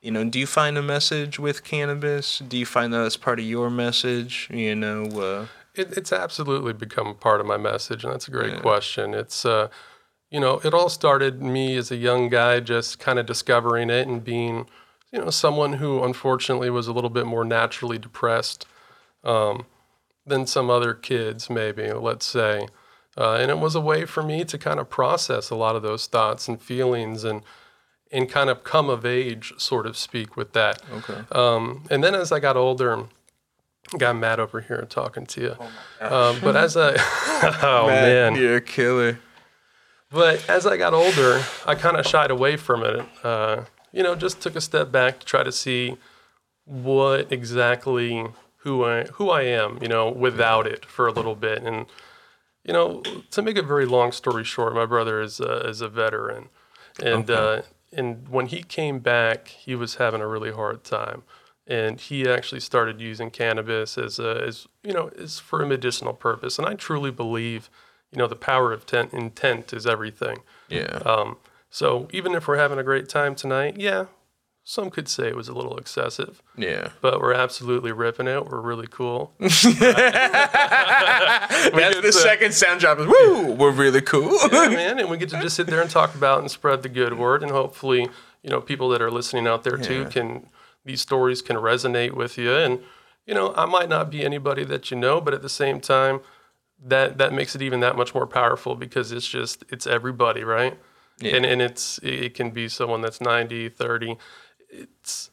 S1: you know, do you find a message with cannabis? Do you find that it's part of your message? You know, uh,
S7: it, it's absolutely become a part of my message and that's a great question it's uh, you know it all started me as a young guy just kind of discovering it and being you know someone who unfortunately was a little bit more naturally depressed um, than some other kids maybe let's say uh, and it was a way for me to kind of process a lot of those thoughts and feelings and and kind of come of age sort of speak with that okay um, and then as i got older got matt over here talking to
S1: Oh
S7: you um, but as i oh man
S1: you're a killer.
S7: but as I got older, I kind of shied away from it. Uh, you know, just took a step back to try to see what exactly who I who I am. You know, without it for a little bit, and you know, to make a very long story short, my brother is uh, is a veteran, and uh, and when he came back, he was having a really hard time, and he actually started using cannabis as a, as you know as for a medicinal purpose, and I truly believe, you know, the power of ten- intent is everything.
S1: Yeah.
S7: Um, so even if we're having a great time tonight, yeah, some could say it was a little excessive
S1: Yeah.
S7: but we're absolutely ripping it. We're really cool.
S1: That's the second sound drop is, woo, we're really cool.
S7: Yeah, man, and we get to just sit there and talk about and spread the good word, and hopefully, you know, people that are listening out there too can these stories can resonate with you. And you know, I might not be anybody that you know, but at the same time, that that makes it even that much more powerful because it's just it's everybody, right? And and it's it can be someone that's 90, 30. It's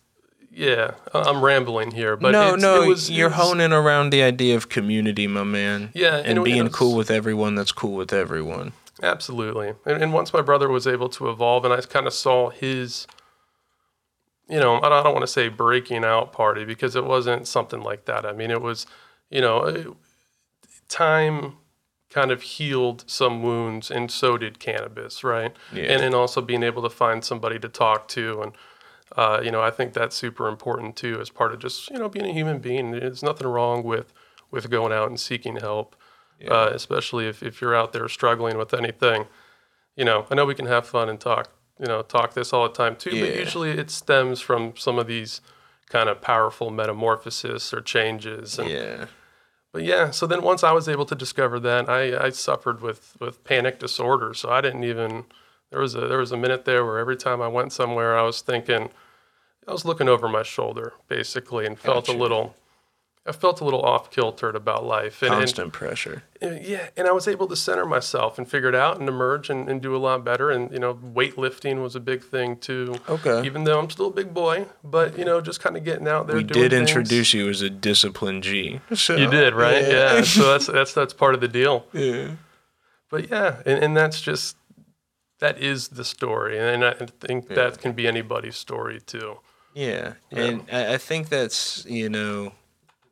S7: yeah, I- I'm rambling here, but
S1: no,
S7: it's,
S1: no,
S7: it was, it
S1: you're
S7: was-
S1: honing around the idea of community, my man.
S7: Yeah,
S1: and
S7: it- it
S1: being
S7: was-
S1: cool with everyone that's cool with everyone.
S7: Absolutely. And, and once my brother was able to evolve and I kind of saw his, you know, I don't, I don't want to say breaking out party because it wasn't something like that. I mean, it was, you know, it- time kind of healed some wounds and so did cannabis, right? And, and also being able to find somebody to talk to. And, uh, you know, I think that's super important too as part of just, you know, being a human being. There's nothing wrong with, with going out and seeking help uh, especially if, if you're out there struggling with anything. You know, I know we can have fun and talk, you know, talk this all the time too, but usually it stems from some of these kind of powerful metamorphosis or changes. And,
S1: Yeah.
S7: But yeah, so then once I was able to discover that, I, I suffered with, with panic disorder. So I didn't even, there was, a, there was a minute there where every time I went somewhere, I was thinking, I was looking over my shoulder basically and felt a little, I felt a little off kiltered about life. And, and
S1: Constant pressure.
S7: uh, yeah and i was able to center myself and figure it out and emerge and, and do a lot better and you know weightlifting was a big thing too
S1: Okay.
S7: even though i'm still a big boy but you know just kind of getting out there
S1: We
S7: doing
S1: did
S7: things.
S1: introduce you as a disciplined G. So,
S7: you did right yeah, so that's that's that's part of the deal
S1: Yeah.
S7: but yeah and, and that's just that is the story and i think that can be anybody's story too
S1: Yeah. And I, I think that's, you know,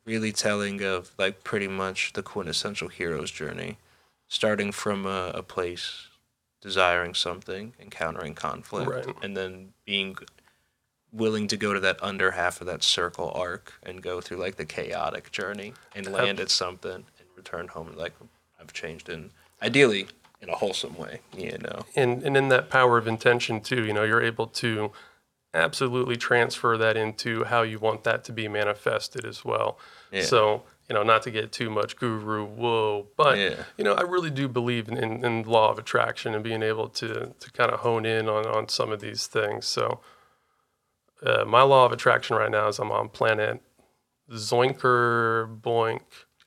S1: really telling of like pretty much the quintessential hero's journey, starting from a, a place desiring something, encountering conflict,
S7: Right.
S1: and then being willing to go to that under half of that circle arc and go through like the chaotic journey and land at something and return home and like I've changed in ideally in a wholesome way, you know.
S7: and and in that power of intention too you know you're able to absolutely transfer that into how you want that to be manifested as well so you know not to get too much guru whoa but
S1: Yeah.
S7: you know i really do believe in, in, in law of attraction and being able to to kind of hone in on on some of these things so uh, my law of attraction right now is i'm on planet zoinker boink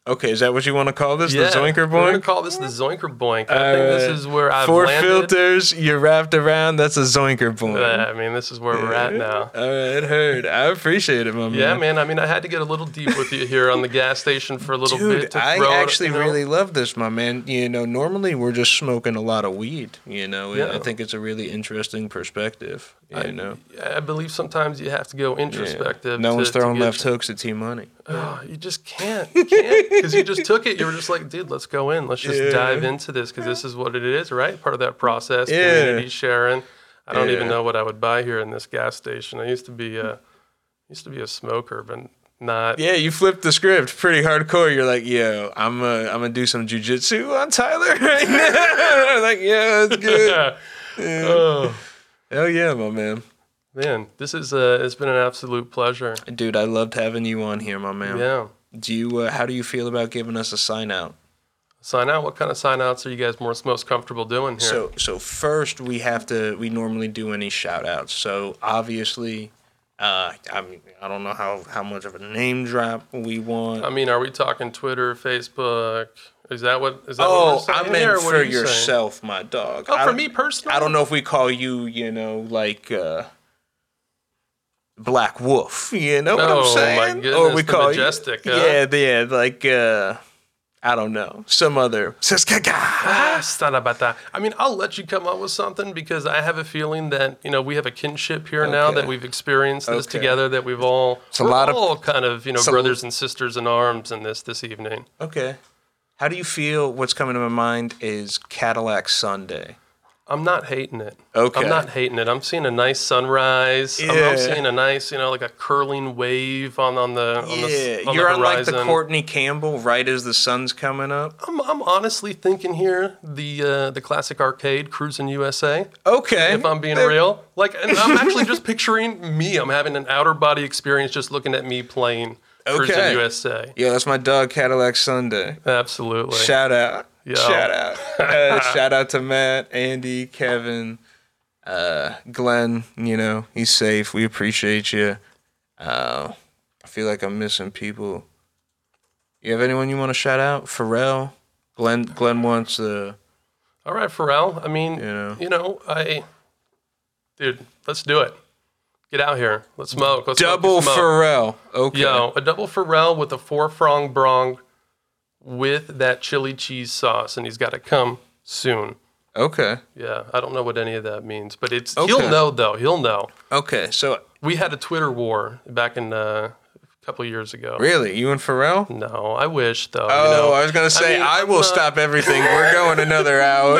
S1: Okay, is that what you want to call this? The
S7: we're
S1: Zoinker
S7: gonna
S1: Boy?
S7: call this the zoinker boink i think this
S1: Uh,
S7: is where i've
S1: Four
S7: landed.
S1: filters, you're wrapped around. That's a Zoinker Boy.
S7: Uh, I mean, this is where we're at now.
S1: All right, heard. I appreciate it, my
S7: Yeah,
S1: man.
S7: man. I mean, I had to get a little deep with you here on the gas station for a little bit.
S1: Dude,
S7: To
S1: I
S7: throw it,
S1: actually
S7: you know?
S1: really love this, my man. You know, normally we're just smoking a lot of weed. You know, and I
S7: Yeah.
S1: think it's a really interesting perspective. You know,
S7: I believe sometimes you have to go introspective.
S1: no
S7: to-
S1: one's
S7: to
S1: throwing
S7: get-
S1: left hooks at T Money.
S7: Oh, you just can't. You can't because you just took it. You were just like, dude, let's go in. Let's just dive into this because this is what it is, right? Part of that process,
S1: Yeah.
S7: community sharing. I don't even
S1: Yeah.
S7: know what I would buy here in this gas station. I used to be a, used to be a smoker, but not.
S1: Yeah, you flipped the script pretty hardcore. You're like, yo, I'm uh, I'm gonna do some jujitsu on Tyler right now. like, yeah, that's good.
S7: Oh
S1: Hell yeah, my man.
S7: man, this is uh, it's been an absolute pleasure.
S1: Dude, I loved having you on here, my man.
S7: Yeah.
S1: Do you? Uh, how do you feel about giving us a sign out?
S7: Sign out. What kind of sign outs are you guys most most comfortable doing here?
S1: So so first we have to we normally do any shout outs. So obviously uh I mean I don't know how how much of a name drop we want.
S7: I mean, are we talking Twitter, Facebook? Is that what? Is that
S1: oh,
S7: what we're
S1: I
S7: saying here, or
S1: meant
S7: what
S1: for
S7: are you saying?
S1: yourself, my dog.
S7: Oh,
S1: I
S7: for
S1: don't-
S7: me personally.
S1: I don't know if we call you, you know, like uh Black Wolf, you know what I'm
S7: Oh, my
S1: saying?
S7: goodness,
S1: we
S7: the Majestic,
S1: you,
S7: huh?
S1: Yeah, yeah, like uh I don't know, some other Saskaka.
S7: Ah, son about that. I mean, I'll let you come up with something because I have a feeling that you know we have a kinship here now
S1: Okay.
S7: that we've experienced this
S1: Okay.
S7: together. That we've all
S1: a
S7: we're
S1: lot of-
S7: all kind of you know
S1: it's a-
S7: brothers and sisters in arms in this this evening.
S1: Okay. How do you feel? What's coming to my mind is Cadillac Sunday.
S7: I'm not hating it.
S1: Okay.
S7: I'm not hating it. I'm seeing a nice sunrise. I'm, I'm
S1: Yeah.
S7: seeing a nice, you know, like a curling wave on, on the on the, s- on
S1: you're
S7: the
S1: on like
S7: horizon.
S1: the Courtney Campbell right as the sun's coming up.
S7: I'm, I'm honestly thinking here the uh, the classic arcade cruising USA.
S1: Okay.
S7: If I'm being real, like and I'm actually just picturing me. I'm having an outer body experience just looking at me playing cruising
S1: Okay.
S7: USA.
S1: Yeah, that's my dog Cadillac Sunday.
S7: Absolutely.
S1: Shout out.
S7: Yo.
S1: Shout out. Uh, shout out to Matt, Andy, Kevin, uh, Glenn. You know, he's safe. We appreciate you. Uh, I feel like I'm missing people. You have anyone you want to shout out? Pharrell? Glenn Glenn wants uh
S7: All right, Pharrell. I mean,
S1: know.
S7: you know, I, dude, let's do it. Get out here. Let's smoke. Let's smoke,
S1: double
S7: smoke.
S1: Pharrell. Okay.
S7: Yo, a double Pharrell with a four frong brong with that chili cheese sauce, and he's got to come soon.
S1: Okay.
S7: Yeah, I don't know what any of that means, but it's
S1: Okay.
S7: he'll know though. He'll know.
S1: Okay. So
S7: We had a Twitter war back in uh, a couple years ago.
S1: really, you and Pharrell?
S7: No, I wish though.
S1: Oh,
S7: you know,
S1: I was gonna say I,
S7: mean, I'm
S1: will
S7: not-
S1: stop everything. We're going another hour.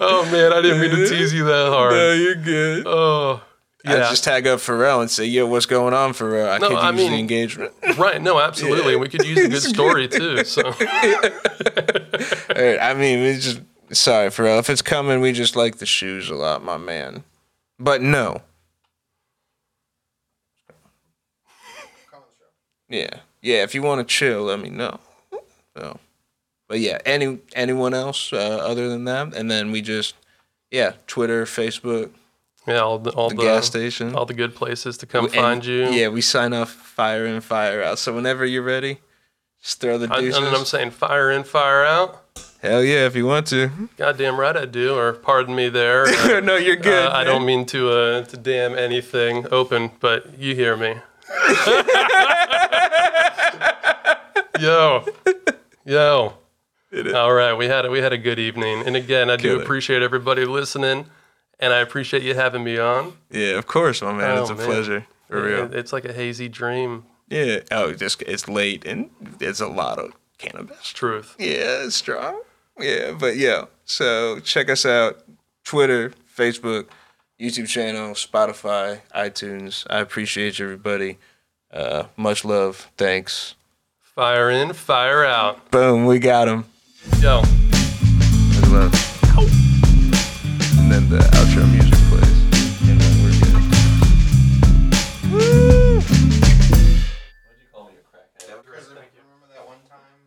S7: oh man, I didn't mean to tease you that hard.
S1: you're good.
S7: Oh,
S1: I
S7: Yeah.
S1: just tag up Pharrell and say, "Yo, what's going on, Pharrell? I
S7: No,
S1: could
S7: I
S1: use the
S7: mean-
S1: engagement."
S7: Right. No, absolutely. And we could use a good story too. So
S1: All right, I mean, we just sorry, Pharrell. If it's coming, we just like the shoes a lot, my man. But no. Yeah, yeah. If you want to chill, let me know. So, but yeah, any anyone else uh, other than that, and then we just yeah, Twitter, Facebook,
S7: yeah, all the all
S1: the
S7: the,
S1: gas station.
S7: all the good places to come
S1: And-
S7: find you.
S1: Yeah, we sign off fire in, fire out. So whenever you're ready, just throw the
S7: I, and
S1: deuces.
S7: I'm saying fire in, fire out.
S1: Hell yeah, if you want to.
S7: Goddamn right I do. Or pardon me there. Uh,
S1: no, you're good.
S7: I
S1: man.
S7: don't mean to uh, to damn anything open, but you hear me. yo, yo. All right, we had a, we had a good evening, and again, I do
S1: Killer.
S7: appreciate everybody listening, and I appreciate you having me on.
S1: Yeah, of course, my man.
S7: Oh,
S1: it's a
S7: man.
S1: pleasure. For real.
S7: It- It's like a hazy dream
S1: Yeah. Oh, just it's late and it's a lot of cannabis.
S7: truth.
S1: Yeah, it's strong. Yeah, but yeah. So check us out. Twitter, Facebook, YouTube channel, Spotify, iTunes. I appreciate you, everybody. Uh, much love. Thanks.
S7: Fire in, fire out.
S1: Boom, we got him.
S7: Yo.
S1: Much love. And then the outro music plays. And then we're good.
S4: Remember that one time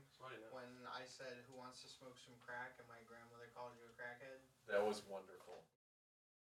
S4: when I said, "Who wants to smoke some crack?" and my grandmother called you a crackhead.
S2: That was wonderful.